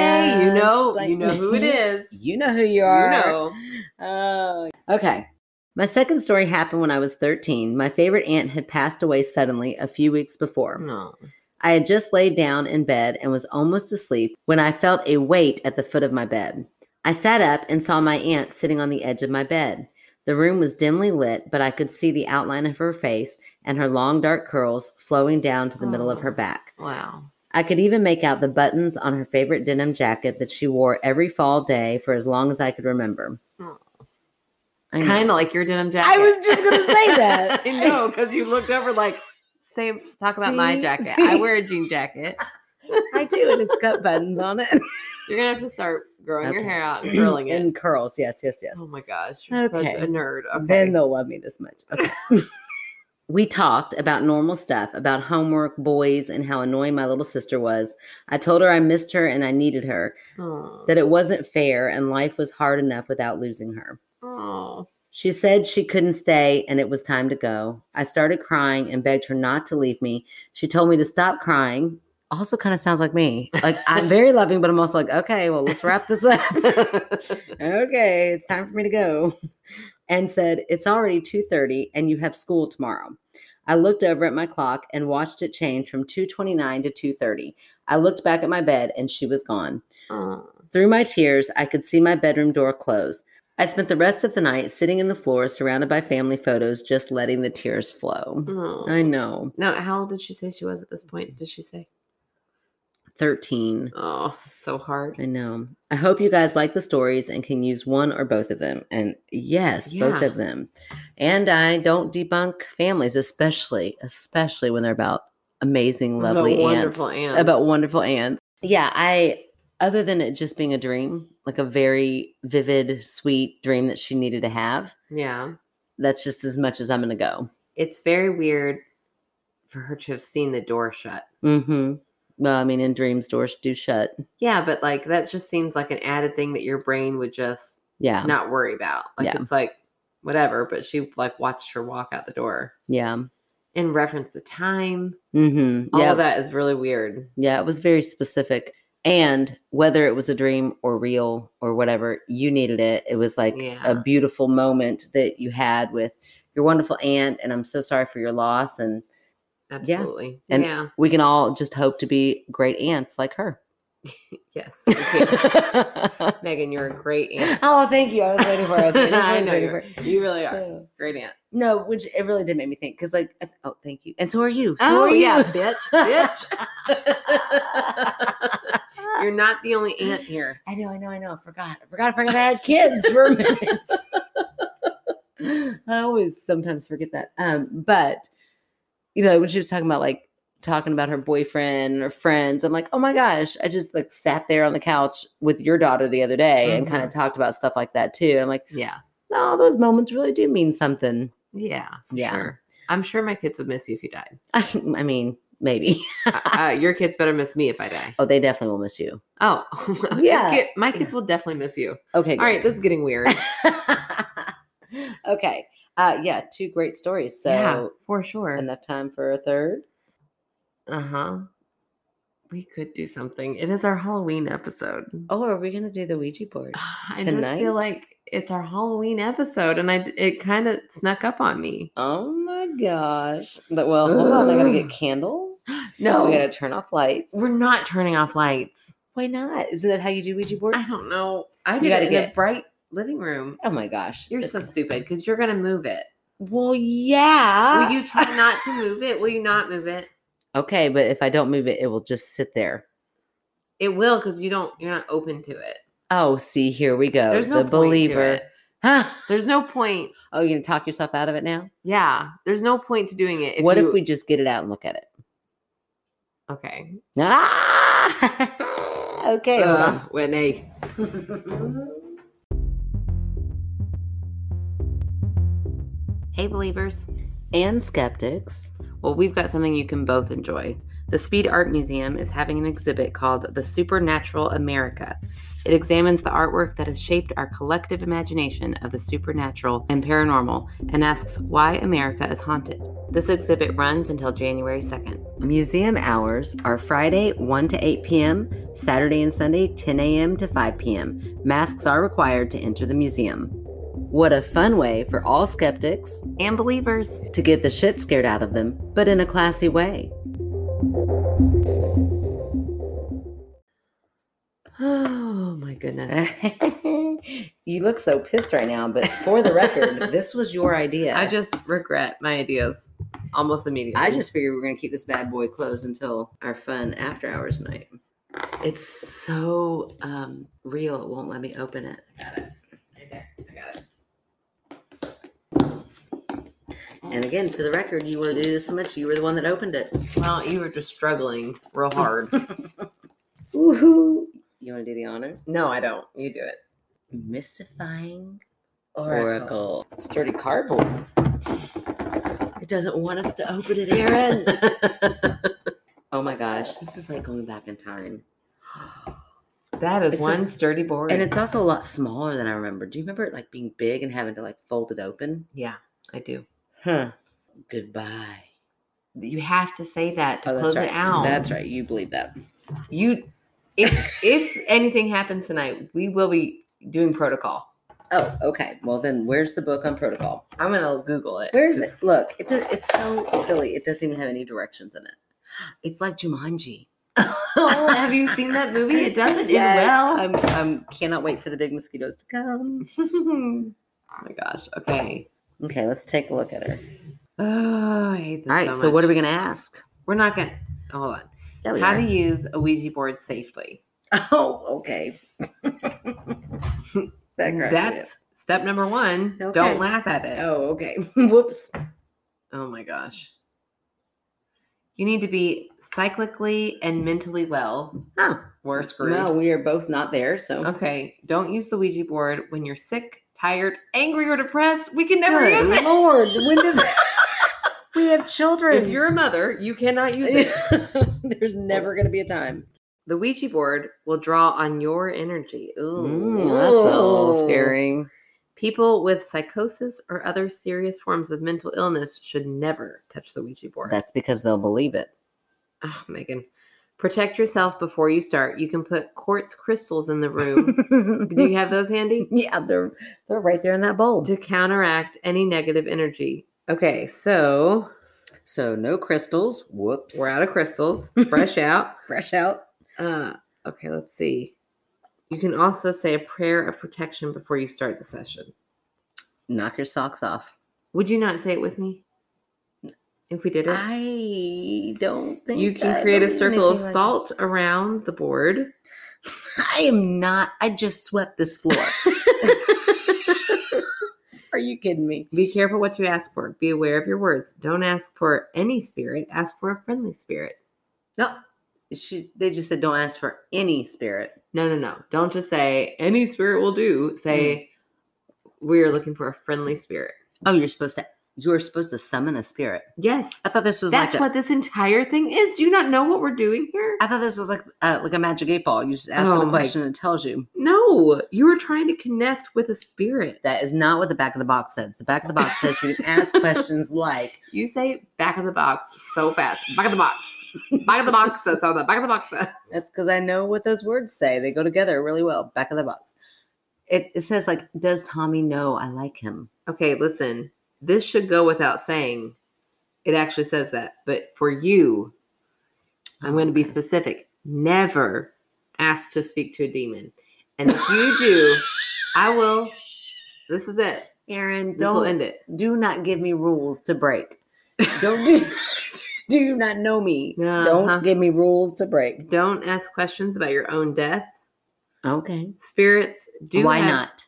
And know. blank- you know who it is. you know who you are know. Oh, okay. My second story happened when I was 13. My favorite aunt had passed away suddenly a few weeks before. No. I had just laid down in bed and was almost asleep when I felt a weight at the foot of my bed. I sat up and saw my aunt sitting on the edge of my bed. The room was dimly lit, but I could see the outline of her face and her long dark curls flowing down to the middle of Oh. her back. Wow. I could even make out the buttons on her favorite denim jacket that she wore every fall day for as long as I could remember. Oh. I know. Kind of like your denim jacket. was just gonna say that. I know because you looked over like, say, talk about my See? jacket. See? I wear a jean jacket. I do, and it's got buttons on it. You're gonna have to start growing your Okay. hair out and curling it. And curls, yes, yes, yes. Oh my gosh, you're Okay. such a nerd. Then Okay. they'll love me this much. Okay. we talked about normal stuff, about homework, boys, and how annoying my little sister was. I told her I missed her and I needed her, Oh. that it wasn't fair and life was hard enough without losing her. Oh. She said she couldn't stay and it was time to go. I started crying and begged her not to leave me. She told me to stop crying. Also, kind of sounds like me. Like, I'm very loving, but I'm also like, okay, well, let's wrap this up. okay, it's time for me to go. And said, It's already 2:30 and you have school tomorrow. I looked over at my clock and watched it change from 2:29 to 2:30. I looked back at my bed and she was gone. Oh. Through my tears, I could see my bedroom door close. I spent the rest of the night sitting in the floor surrounded by family photos just letting the tears flow. Oh. I know. Now, how old did she say she was at this point? Did she say? 13. Oh, it's so hard. I know. I hope you guys like the stories and can use one or both of them. And yes, both Yeah. of them. And I don't debunk families, especially, especially when they're about amazing, About lovely aunts. wonderful aunts. About wonderful aunts. Yeah, I other than it just being a dream, like a very vivid, sweet dream that she needed to have, Yeah. that's just as much as I'm gonna go. It's very weird for her to have seen the door shut. Mm-hmm. Well, I mean, in dreams, doors do shut. Yeah, but like that just seems like an added thing that your brain would just Yeah. not worry about. Like Yeah. it's like whatever, but she like watched her walk out the door Yeah. and reference the time. Mm-hmm. All yeah. of that is really weird. Yeah, it was very specific. And whether it was a dream or real or whatever, you needed it. It was like Yeah. a beautiful moment that you had with your wonderful aunt. And I'm so sorry for your loss. And Absolutely. And- yeah. we can all just hope to be great aunts like her. Yes. we can. Megan, you're a great aunt. oh, thank you. I was waiting for it. I was waiting for it. I I was know waiting you, for were. it. you really are. Yeah. Great aunt. No, which it really did make me think because, like, I- oh, thank you. And so are you. So oh, are you. yeah, bitch. Bitch. you're not the only aunt here. I know, I know, I know. I forgot. I forgot. I forgot I had kids for a minute. I always sometimes forget that. Um, but you know, when she was talking about like talking about her boyfriend or friends, I'm like, oh my gosh, I just like sat there on the couch with your daughter the other day and kind Mm-hmm. of talked about stuff like that too. And I'm like, Yeah. no, those moments really do mean something. Yeah. Yeah. Sure. I'm sure my kids would miss you if you died. I, I mean, maybe. uh, your kids better miss me if I die. Oh, they definitely will miss you. Oh, your Yeah. kid- my kids will definitely miss you. Okay. All right, this is getting weird. good. okay. Uh, yeah, two great stories. So. yeah, for sure. enough time for a third. Uh huh. We could do something. It is our Halloween episode. Oh, are we gonna do the Ouija board? I just Tonight? feel like it's our Halloween episode, and I d- it kind of snuck up on me. Oh my gosh! But, well, hold on. I gotta get Ugh. candles. No, we gotta turn off lights. we're not turning off lights. Why not? Isn't that how you do Ouija boards? I don't know. I You did gotta it in a get- bright living room. Oh my gosh! You're It's- so stupid because you're gonna move it. well. Yeah. Will you try not to move it? Will you not move it? okay, but if I don't move it, it will just sit there. It will because you don't. You're not open to it. Oh, see, here we go. There's no the point To believer. it. Huh. There's no point. Oh, you gonna talk yourself out of it now? Yeah, there's no point to doing it. what you- if we just get it out and look at it? Okay. Ah! okay. hold on. Ugh, Whitney. Hey, believers. and skeptics. Well, we've got something you can both enjoy. The Speed Art Museum is having an exhibit called The Supernatural America. It examines the artwork that has shaped our collective imagination of the supernatural and paranormal and asks why America is haunted. This exhibit runs until January 2nd. Museum hours are Friday 1 to 8 p.m., Saturday and Sunday 10 a.m. to 5 p.m. Masks are required to enter the museum. What a fun way for all skeptics And believers, to get the shit scared out of them, but in a classy way. oh my goodness. you look so pissed right now, but for the record, this was your idea. I just regret my ideas almost immediately. I just figured we are going to keep this bad boy closed until our fun after hours night. It's so um, real, it won't let me open it. Right there. I got it. And again, for the record, you want to do this so much, you were the one that opened it. Well, you were just struggling real hard. Woohoo! You want to do the honors? no, I don't. You do it. Mystifying Oracle. Sturdy cardboard. It doesn't want us to open it, Aaron. oh my gosh, this is like going back in time. that is This one is- sturdy board. And it's also a lot smaller than I remember. Do you remember it like being big and having to like fold it open? yeah, I do. Huh. Goodbye. You have to say that to Oh, that's close right. it out. That's right. You believe that. you. If if anything happens tonight, we will be doing protocol. Oh, okay. Well, then where's the book on protocol? I'm gonna Google it. Where is it? Look, it does, it's so silly. It doesn't even have any directions in it. It's like Jumanji. oh, have you seen that movie? It doesn't Yes, end well. I'm, I'm cannot wait for the big mosquitoes to come. oh my gosh. Okay. Okay, let's take a look at her. Oh, I hate this. All right. So, what are we gonna ask? We're not gonna hold on. Yeah, we How are. to use a Ouija board safely. Oh, okay. that cracks That's step number one. Okay. Don't laugh at it. Oh, okay. Whoops. Oh my gosh. You need to be cyclically and mentally well. Huh. We're screwed. No, we are both not there. So Okay. Don't use the Ouija board when you're sick, tired, angry, or depressed. We can never Good use it. Lord, when does we have children? If you're a mother, you cannot use it. There's never going to be a time. The Ouija board will draw on your energy. Ooh, Mm, Ooh. People with psychosis or other serious forms of mental illness should never touch the Ouija board. That's because they'll believe it. Ah, Megan. Protect yourself before you start. You can put quartz crystals in the room. Do you have those handy? yeah, they're they're right there in that bowl. To counteract any negative energy. Okay, so So no crystals. Whoops. we're out of crystals. Fresh out. Fresh out. Uh, Okay, let's see. You can also say a prayer of protection before you start the session. Knock your socks off. Would you not say it with me? If we did it, I don't think you can I create a believe circle of anything like salt around the board. that. I am not. I just swept this floor. Are you kidding me? Be careful what you ask for. Be aware of your words. Don't ask for any spirit. Ask for a friendly spirit. No. She. They just said don't ask for any spirit. No, no, no. Don't just say any spirit will do. Say Mm. we are looking for a friendly spirit. Oh, you're supposed to. You're supposed to summon a spirit. Yes. I thought this was That's like. A, what this entire thing is. Do you not know what we're doing here? I thought this was like uh, like a magic eight ball. You just ask Oh them a my- question and it tells you. No, you were trying to connect with a spirit. That is not what the back of the box says. The back of the box says you can ask questions like You say back of the box so fast. Back of the box. Back of the box. That's all that. Back of the box. Says. That's because I know what those words say. They go together really well. Back of the box. It, it says like, does Tommy know I like him? okay, listen, this should go without saying. It actually says that. But for you, I'm going to be specific. Never ask to speak to a demon. And if you do, I will. This is it. Aaron, This will don't end it. do not give me rules to break. Don't do do you not know me. Uh-huh. Don't give me rules to break. Don't ask questions about your own death. Okay. Spirits do Why have- not?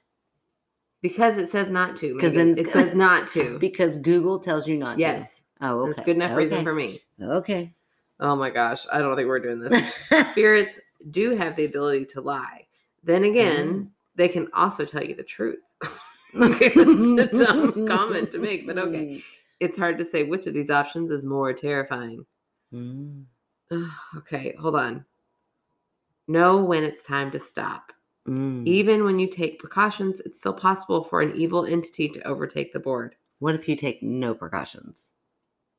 Because it says not to. 'Cause Because then then it's it gonna- says not to. Because Google tells you not to. yes, Oh, okay. that's good enough reason Okay. for me. Okay. Oh my gosh, I don't think we're doing this. spirits do have the ability to lie. Then again, they can also tell you the truth. okay, that's a dumb comment to make, but okay. It's hard to say which of these options is more terrifying. Mm. Ugh, okay, hold on. Know when it's time to stop. Mm. Even when you take precautions, it's still possible for an evil entity to overtake the board. What if you take no precautions?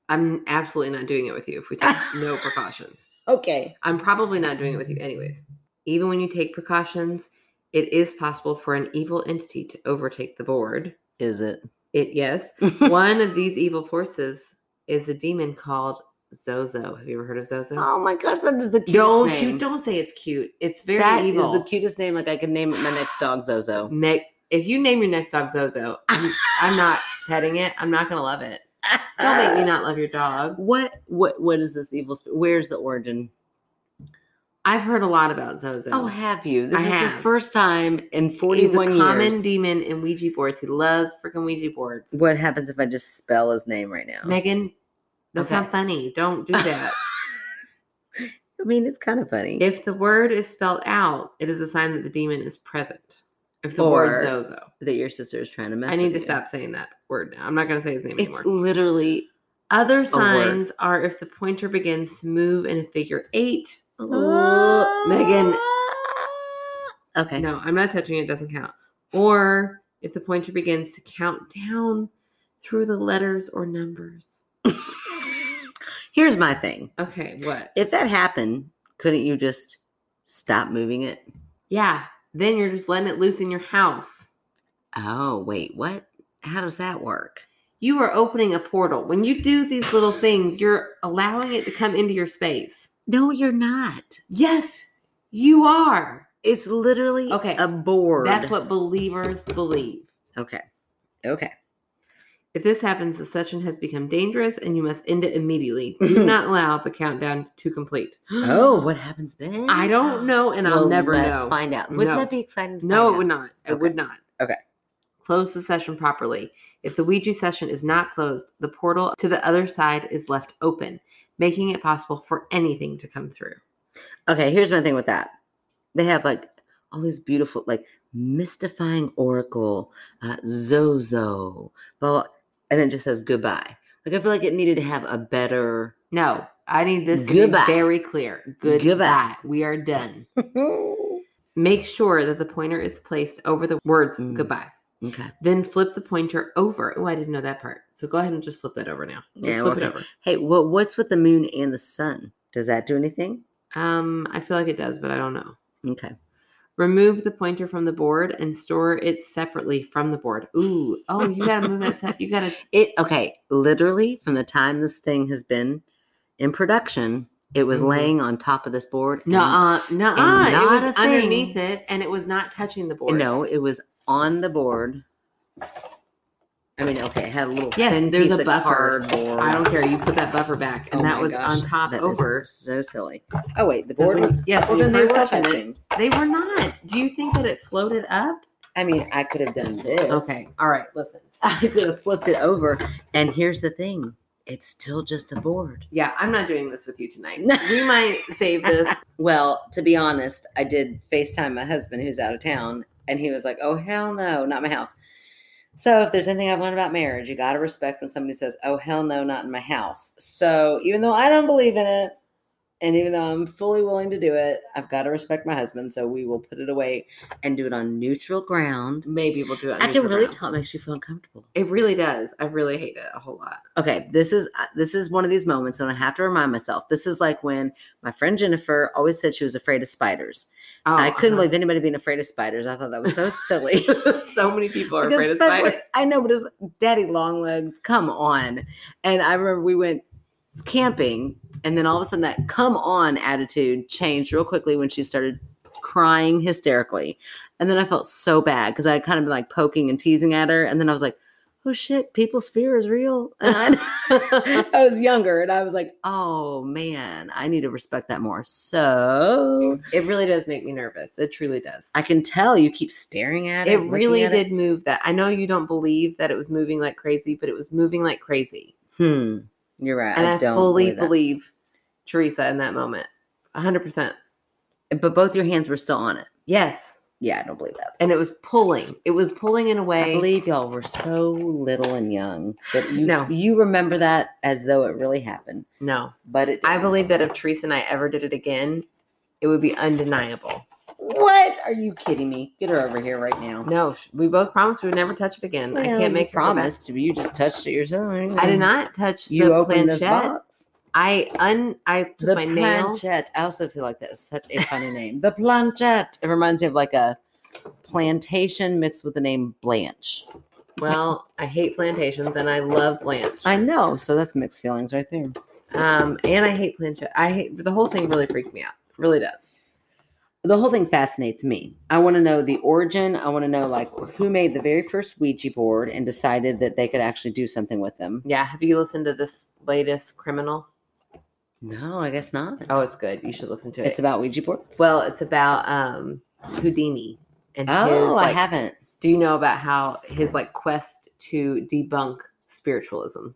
I'm absolutely not doing it with you if we take no precautions. Okay. I'm probably not doing it with you anyways. Even when you take precautions, it is possible for an evil entity to overtake the board. Is it? It yes. One of these evil forces is a demon called Zozo. Have you ever heard of Zozo? Oh my gosh, that is the cutest don't name. you don't say it's cute. It's very That is evil. the cutest name. Like I could name my next dog Zozo. Ne- if you name your next dog Zozo, I'm, I'm not petting it. I'm not gonna love it. Don't make me not love your dog. What what what is this evil? Sp- Where's the origin? I've heard a lot about Zozo. Oh, have you? This I is have. the first time in He's a forty-one common years. demon in Ouija boards. He loves freaking Ouija boards. what happens if I just spell his name right now? Megan, that's Oh. Okay. not funny. Don't do that. I mean, it's kind of funny. if the word is spelled out, it is a sign that the demon is present. If the word Or Zozo, that your sister is trying to mess. I need to with you. stop saying that word now. I'm not going to say his name It's anymore. literally Other signs are if the pointer begins to move in a figure eight. Oh, Megan. Okay. No, I'm not touching it. It doesn't count. Or if the pointer begins to count down through the letters or numbers. Here's my thing. Okay, what? If that happened, couldn't you just stop moving it? Yeah, then you're just letting it loose in your house. Oh, wait, what? How does that work? you are opening a portal. When you do these little things, you're allowing it to come into your space. No, you're not. Yes, you are. It's literally Okay, a board. That's what believers believe. Okay. Okay. If this happens, the session has become dangerous and you must end it immediately. Do not allow the countdown to complete. Oh, what happens then? Uh, I don't know and I'll Well, never let's know. find out. Wouldn't No. that be exciting? To No, find it would not. It would not. Okay. Close the session properly. If the Ouija session is not closed, the portal to the other side is left open, making it possible for anything to come through. out? Okay. Here's my thing with that. They have like all these beautiful, like mystifying oracle, uh, Zozo, blah, blah, and then it just says goodbye. Like I feel like it needed to have a better. No, I need this Goodbye. to be very clear. Goodbye. Goodbye. We are done. okay. Make sure that the pointer is placed over the words Mm. goodbye. Then flip the pointer over. Oh, I didn't know that part. So go ahead and just flip that over now. Just Yeah, flip okay. it over. Hey, what what's with the moon and the sun? Does that do anything? Um, I feel like it does, but I don't know. Okay. Remove the pointer from the board and store it separately from the board. Ooh, oh, you gotta move that. Set. You gotta. It okay, literally from the time this thing has been in production It was Mhm. laying on top of this board. and- No, uh, no, uh, it not was a thing. underneath it, and it was not touching the board. No, it was on the board. I mean, okay, it had a little Yes, thin there's piece a of buffer. cardboard. I don't care. You put that buffer back, and Oh that my was gosh, on top That is over. so silly. Oh wait, the 'Cause board when- was. yes, when Well, you then they were first opened it, touching. They were not. Do you think that it floated up? I mean, I could have done this. Okay. All right. Listen. I could have flipped it over. And here's the thing it's still just a board. Yeah, I'm not doing this with you tonight. we might save this. Well, to be honest, I did FaceTime my husband who's out of town, and he was like, oh, hell no, not my house. So, if there's anything I've learned about marriage, you got to respect when somebody says, oh, hell no, not in my house. So, even though I don't believe in it, and even though I'm fully willing to do it, I've got to respect my husband. So, we will put it away and do it on neutral ground. Maybe we'll do it. on I can neutral really ground. tell it makes you feel uncomfortable. It really does. I really hate it a whole lot. okay this is uh, this is one of these moments and i have to remind myself this is like when my friend jennifer always said she was afraid of spiders Oh, i couldn't believe anybody being afraid of spiders i thought that was so silly believe so many people are Because afraid of especially- spiders. i know but it's daddy long legs come on and i remember we went camping and then all of a sudden that come on attitude changed real quickly when she started crying hysterically and then i felt so bad because i had kind of been like poking and teasing at her and then i was like oh shit people's fear is real and i I was younger and I was like, oh man, I need to respect that more. So It really does make me nervous. It truly does. I can tell you keep staring at it. it looking really at did it. move that. I know you don't believe that it was moving like crazy, but it was moving like crazy. Hmm. You're right. And I, I, don't fully believe, believe, Teresa in that moment. 100%. that. But both your hands were still on it. Yes. Yeah, I don't believe that. And it was pulling. It was pulling in a I way. believe y'all were so little and young that you No. you remember that as though it really happened, no. but it. I didn't. believe that if Teresa and I ever did it again, it would be undeniable. What are you kidding me? Get her over here right now. No, sh- we both promised we would never touch it again. I Well, can't you make her go back. promised. You just touched it yourself. I did not touch You the opened planchette. this box. I un I took The my nail. planchette. I also feel like that's such a funny name. The planchette. It reminds me of like a plantation mixed with the name Blanche. Well, I hate plantations and I love Blanche. I know. So that's mixed feelings right there. Um, and I hate planchette. I hate the whole thing. Really freaks me out. It Really does. The whole thing fascinates me. I want to know the origin. I want to know like who made the very first Ouija board and decided that they could actually do something with them. Yeah. Have you listened to this latest criminal? No, I guess not. Oh, it's good. You should listen to it. It's about Ouija boards. well, it's about um Houdini and his. oh, I like- haven't. Do you know about how his like quest to debunk spiritualism?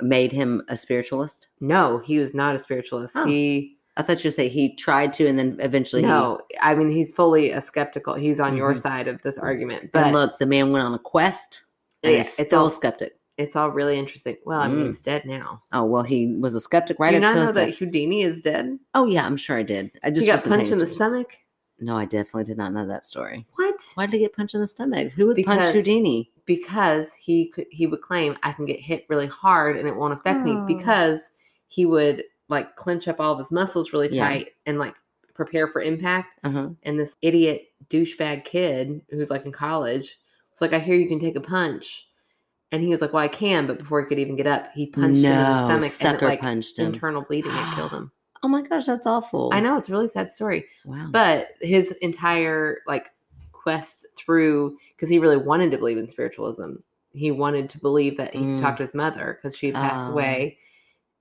Made him a spiritualist. No, he was not a spiritualist. Oh. He I thought you would say he tried to, and then eventually he no, I mean he's fully a skeptical. He's on your Mhm. side of this argument, But but Oh, look, the man went on a quest and Yeah, is it's still all- a skeptic. it's all really interesting. Well, I mean Mm. he's dead now. Oh well, he was a skeptic right Do you up not till know his that death. Houdini is dead? Oh yeah, I'm sure I did. I just he got wasn't paying punched in the attention. stomach. No, I definitely did not know that story. What? Why did he get punched in the stomach? Who would Because- punch Houdini? Because he could, he would claim I can get hit really hard and it won't affect Oh. me because he would like clench up all of his muscles really Yeah. tight and like prepare for impact. Uh-huh. and this idiot douchebag kid who's like in college was like, I hear you can take a punch. And he was like, Well, I can. But before he could even get up, he punched him in the no, stomach sucker and it, like punched him. internal bleeding had killed him. oh my gosh, that's awful. I know it's a really sad story. Wow. But his entire like quest through because he really wanted to believe in spiritualism. He wanted to believe that he could Mm. talk to his mother because she had passed Oh. away.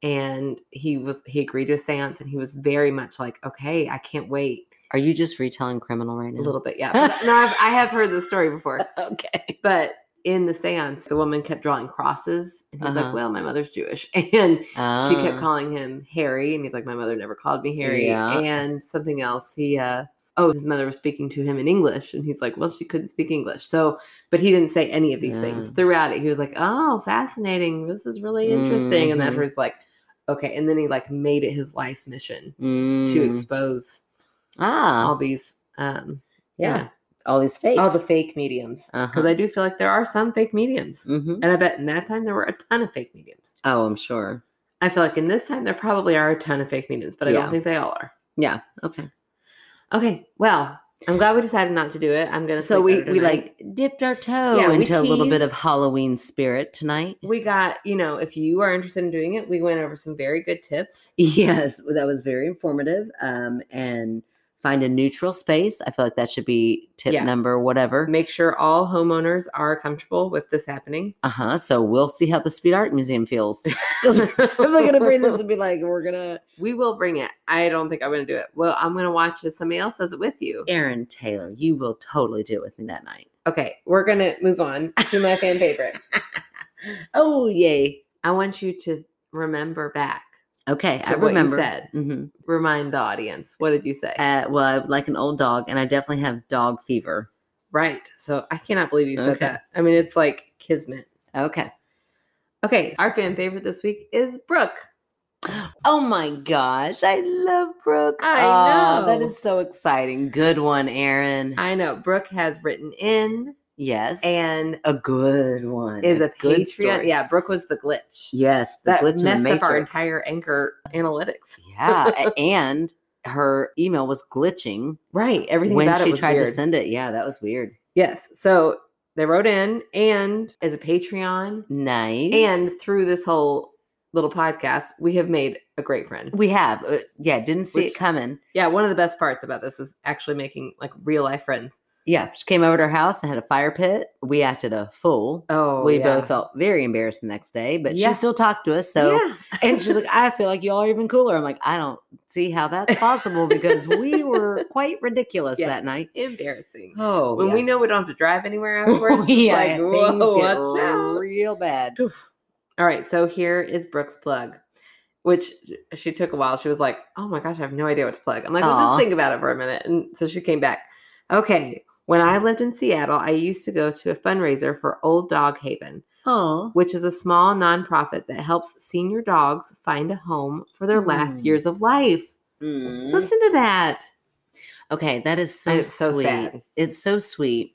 And he was he agreed to a seance and he was very much like, Okay, I can't wait Are you just retelling criminal right now? a little bit. Yeah. But- no, I've, I have heard this story before. okay. But in the seance, the woman kept drawing crosses. And he's like, Uh-huh. well, my mother's Jewish. And she kept Ah. calling him Harry. And he's like, my mother never called me Harry. Yeah. And something else. He, uh, oh, his mother was speaking to him in English. And he's like, well, she couldn't speak English. So, but he didn't say any of these things Yeah. throughout it. He was like, oh, fascinating. This is really interesting. And that's Mhm. where he's like, okay. And then he like made it his life's mission to Mm. expose ah, all these, um, yeah. yeah. all these fakes. all the fake mediums because Uh-huh. I do feel like there are some fake mediums, Mhm. and I bet in that time there were a ton of fake mediums. Oh, I'm sure. I feel like in this time there probably are a ton of fake mediums, but I Yeah. don't think they all are. Yeah. Okay. Okay, well, I'm glad we decided not to do it. I'm gonna. So sleep we better we tonight. like dipped our toe Yeah, we into a little bit teased. of Halloween spirit tonight. we got you know if you are interested in doing it, we went over some very good tips. Yes, that was very informative. Um, and find a neutral space. I feel like that should be tip Yeah. number whatever. Make sure all homeowners are comfortable with this happening. Uh huh. So we'll see how the Speed Art Museum feels. Because we're definitely gonna bring this and be like, we're gonna. We will bring it. I don't think I'm gonna do it. Well, I'm gonna watch if somebody else does it with you. Aaron Taylor, you will totally do it with me that night. Okay, we're gonna move on to my fan favorite. Oh yay! I want you to remember back Okay, to I remember. what you said. hmm Remind the audience. What did you say? Uh, well, I'm like an old dog, and I definitely have dog fever. right. So I cannot believe you said Okay. that. I mean, it's like kismet. Okay. Okay, our fan favorite this week is Brooke. Oh my gosh, I love Brooke. I Aw, that know. is so exciting. Good one, Aaron. I know Brooke has written in yes, and a good one is a, good Patreon. story. Yeah, Brooke was the glitch. Yes, the that glitch in the messed up our matrix. entire anchor analytics. yeah, a- and her email was glitching Right, everything when about she it was tried weird. to send it. Yeah, that was weird. yes, so they wrote in and as a Patreon Nice. and through this whole little podcast, we have made a great friend. we have, uh, yeah, didn't see Which- it coming. Yeah, one of the best parts about this is actually making like real life friends. Yeah, she came over to her house and had a fire pit. We acted a fool. Oh, we both felt very embarrassed the next day, but Yeah. she still talked to us. So, yeah. and she's like, I feel like y'all are even cooler. I'm like, I don't see how that's possible because we were quite ridiculous Yeah. that night. embarrassing. Oh, when yeah. Oh, we know we don't have to drive anywhere afterwards, it's yeah, like, things whoa, get watch out. real bad. All right, so here is Brooke's plug, which she took a while. She was like, "Oh my gosh, I have no idea what to plug." I'm like, "Well, Aw. just think about it for a minute." And so she came back. Okay, when I lived in Seattle, I used to go to a fundraiser for Old Dog Haven, Oh, which is a small nonprofit that helps senior dogs find a home for their last Hmm. years of life. Mm. Listen to that. okay, that is I so know, it's so sweet. sad. It's so sweet.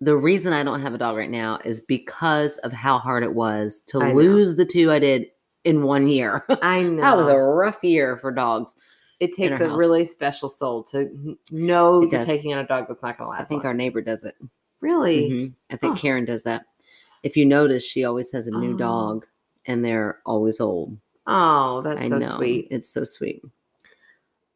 The reason I don't have a dog right now is because of how hard it was to I know. lose the two I did in one year. I know. that was a rough year for dogs. it takes her a house. really special soul to n- know It you're does. taking on a dog that's not going to last. I think long. our neighbor does it. really Mhm. I think Huh. Karen does that. If you notice, she always has a new Oh. dog, and they're always old. Oh, that's I so know sweet. it's so sweet.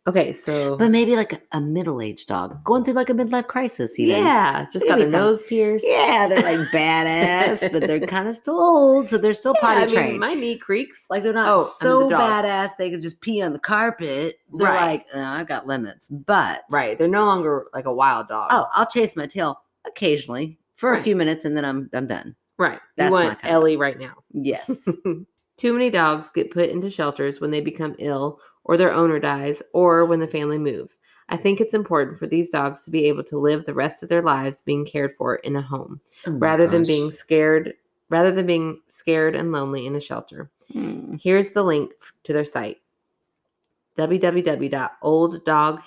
Okay, so But maybe like a, a middle-aged dog going through like a midlife crisis. Even. yeah, just It'd got be a fun. nose pierced. yeah, they're like badass, but they're kind of still old, so they're still Yeah, potty I mean, trained. my knee creaks. like they're not Oh, under so the dog. badass they could just pee on the carpet. They're Right. like, "Uh, I've got limits, but Right, they're no longer like a wild dog. Oh, I'll chase my tail occasionally for a Right. few minutes, and then I'm I'm done. right. that's you my want kind of Ellie right now. Yes. Oh Too many dogs get put into shelters when they become ill, or their owner dies, or when the family moves. I think it's important for these dogs to be able to live the rest of their lives being cared for in a home. Oh my rather than gosh. being scared rather than being scared and lonely in a shelter. Hmm. Here's the link f- to their site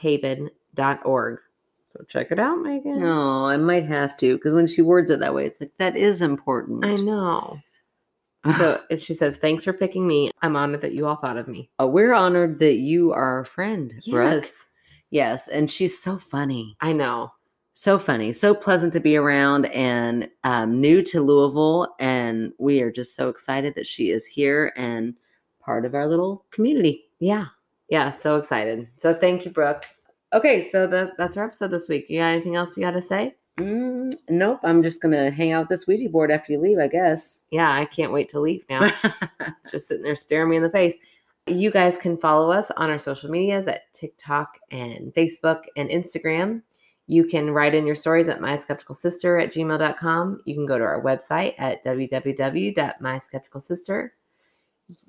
www.olddoghaven.org. So check it out, Megan. No, I might have to because when she words it that way, it's like that is important. I know. So it- she says, Thanks for picking me. I'm honored that you all thought of me. Uh, we're honored that you are our friend, Brooke. Yes. Yes, and she's so funny, I know. so funny, so pleasant to be around, and um, new to Louisville. And we are just so excited that she is here and part of our little community. Yeah. Yeah. So excited. So thank you, Brooke. Okay. So that, that's our episode this week. You got anything else you got to say? Mm, nope, I'm just gonna hang out with this Ouija board after you leave, I guess. Yeah. I can't wait to leave now. It's just sitting there staring me in the face. You guys can follow us on our social medias at TikTok and Facebook and Instagram. You can write in your stories at myskepticalsister at gmail.com. You can go to our website at www.myskepticalsister.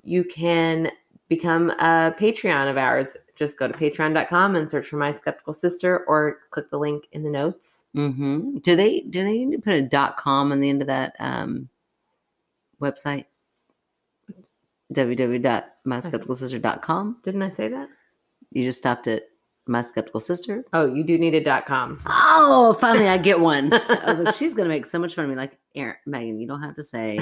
You can become a Patreon of ours. Just go to patreon.com and search for My Skeptical Sister or click the link in the notes. hmm Do they do they need to put a dot com on the end of that um, website? www.myskepticalsister.com. Didn't I say that? You just stopped at my skeptical sister. Oh, you do need a dot .com. Oh, finally I get one. I was like, she's gonna make so much fun of me. Like, Aaron, Megan, you don't have to say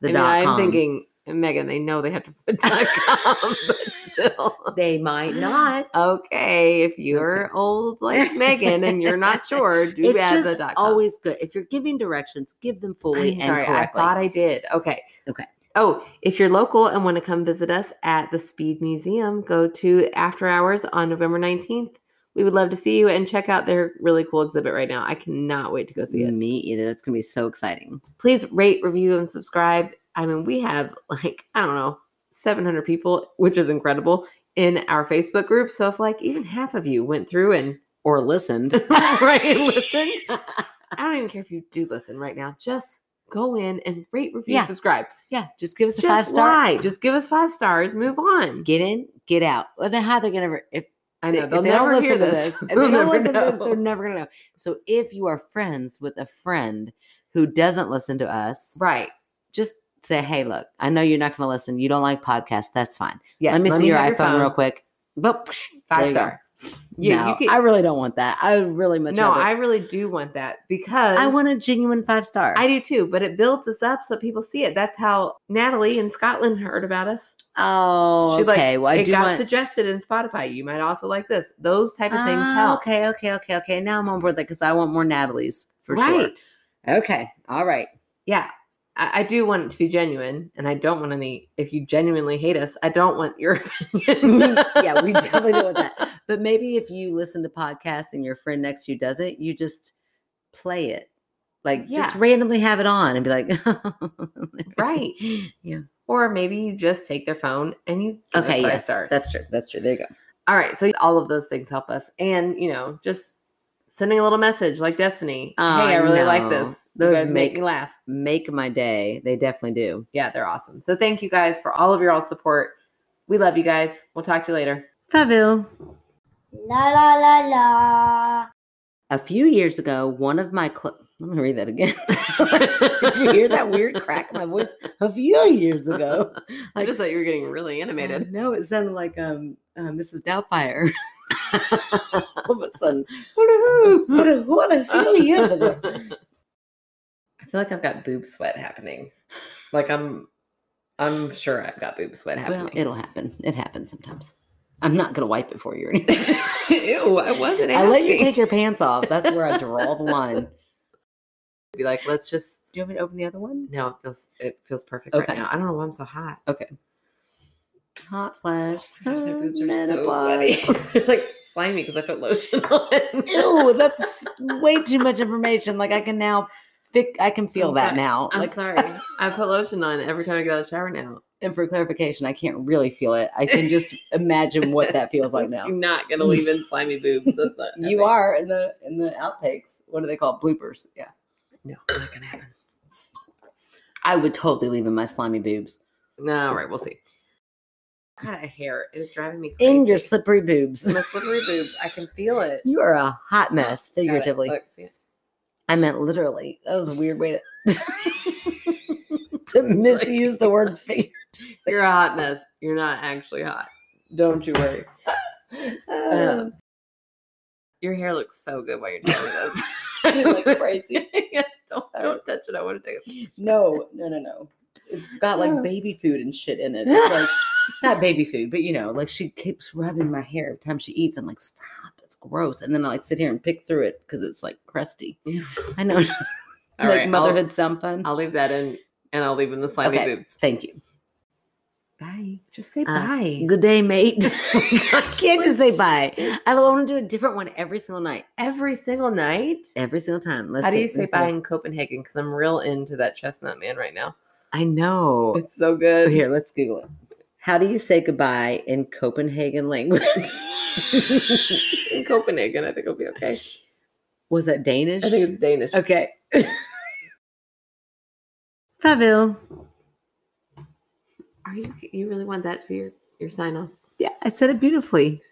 the I mean, dot I'm com. thinking And Megan, they know they have to put .com, but still. They might not. Okay, if you're old like Megan and you're not sure, do it's add just the .com. always good. If you're giving directions, give them fully I'm and sorry, correctly. I thought I did. Okay. Okay. Oh, if you're local and want to come visit us at the Speed Museum, go to After Hours on November 19th. We would love to see you and check out their really cool exhibit right now. I cannot wait to go see it. Me either. That's gonna be so exciting. Please rate, review, and subscribe. I mean, we have like, I don't know, 700 people, which is incredible, in our Facebook group. So if like even half of you went through and Or listened. right and listened, I don't even care if you do listen right now. Just go in and rate, review, Yeah. subscribe. yeah, just give us a Just five star. Why? Just give us five stars. Move on. Get in, get out. Well, then how are they gonna re- if I they- know if they'll they don't never hear listen to this. If they don't They'll never listen to this, know. they're never gonna know. So if you are friends with a friend who doesn't listen to us, right. just say, "Hey, look, I know you're not gonna listen. You don't like podcasts. That's fine. Yeah. let me see your have iPhone real quick." But there Five you go. star. You, no, you can, I really don't want that. I would really much. no, rather- I really do want that because I want a genuine five star. I do too, but it builds us up so people see it. That's how Natalie in Scotland heard about us. oh, She, like, okay. well, I it do got want. suggested in Spotify. You might also like this. Those type of things Ah, help. Okay, okay, okay, okay. Now I'm on board that because I want more Natalie's for sure. right. Okay, all right. Yeah. I, I do want it to be genuine, and I don't want any. If you genuinely hate us, I don't want your opinion. yeah, we definitely don't want that. But maybe if you listen to podcasts and your friend next to you doesn't, you just play it. Like just Yeah. randomly have it on and be like, right. Yeah. Or maybe you just take their phone and you give us Okay, five yes. stars. That's true. That's true. There you go. all right. So all of those things help us, and you know, just sending a little message like Destiny. Oh, hey, I I really like know. this. Those you guys make make- me laugh. Make my day. They definitely do. Yeah, they're awesome. So thank you guys for all of your all support. We love you guys. We'll talk to you later. Faville. La la la la. A few years ago, one of my cl- let me read that again. Did you hear that weird crack in my voice? A few years ago, I just thought you were getting really animated. No, it sounded like um uh, Mrs. Doubtfire. All of a sudden, what a, what a few years ago. I feel like I've got boob sweat happening. Like I'm, I'm sure I've got boob sweat Well, happening. it'll happen. It happens sometimes. I'm not gonna wipe it for you or anything. Ew, I wasn't. Asking. I let you take your pants off. That's where I draw the line. Do Be like, let's just. you want me to open the other one? No, it feels it feels perfect right Okay. now. I don't know why I'm so hot. Hot flash. Gosh, Oh, my boobs are Uh, menopause. so sweaty. like slimy because I put lotion on. Ew, that's way too much information. Like I can now, fic- I can feel I'm that sorry. now. I'm like, sorry. I put lotion on every time I get out of the shower now. And for clarification, I can't really feel it. I can just imagine what that feels like now. I'm not gonna leave in slimy boobs. That's not You are in the in the outtakes. What do they call it? bloopers? Yeah, No, not gonna happen. I would totally leave in my slimy boobs No, all right, we'll see. Kind of hair is driving me crazy. in your slippery boobs. my slippery boobs. I can feel it. You are a hot mess, Got it. figuratively. Look, see it? I meant literally. That was a weird way to to misuse the word figure. You're a hot mess. You're not actually hot. Don't you worry. Oh, Your hair looks so good while you're doing you this. look crazy. Yeah, don't, Sorry. don't touch it. I want to take it. No, no, no, no. It's got Oh. like baby food and shit in it. It's like not baby food, but you know, like she keeps rubbing my hair every time she eats. I'm like, stop, it's gross. And then I like sit here and pick through it because it's like crusty. Yeah. I know. Make All right, I'll- motherhood sound fun. I'll leave that in and I'll leave in the slimy Okay. boobs. Thank you. Bye. Just say Uh, bye. Good day, mate. I can't just say Gosh. bye. I want to do a different one every single night, Every single night. every single time. Let's How do see. you say bye in Copenhagen? Because I'm real into that chestnut man right now. I know. It's so good. Here, let's Google it. How do you say goodbye in Copenhagen language? in Copenhagen, I think it'll be okay. Was that Danish? I think it's Danish. Okay. Faville. Are you you really want that to be your, your sign off? Yeah, I said it beautifully.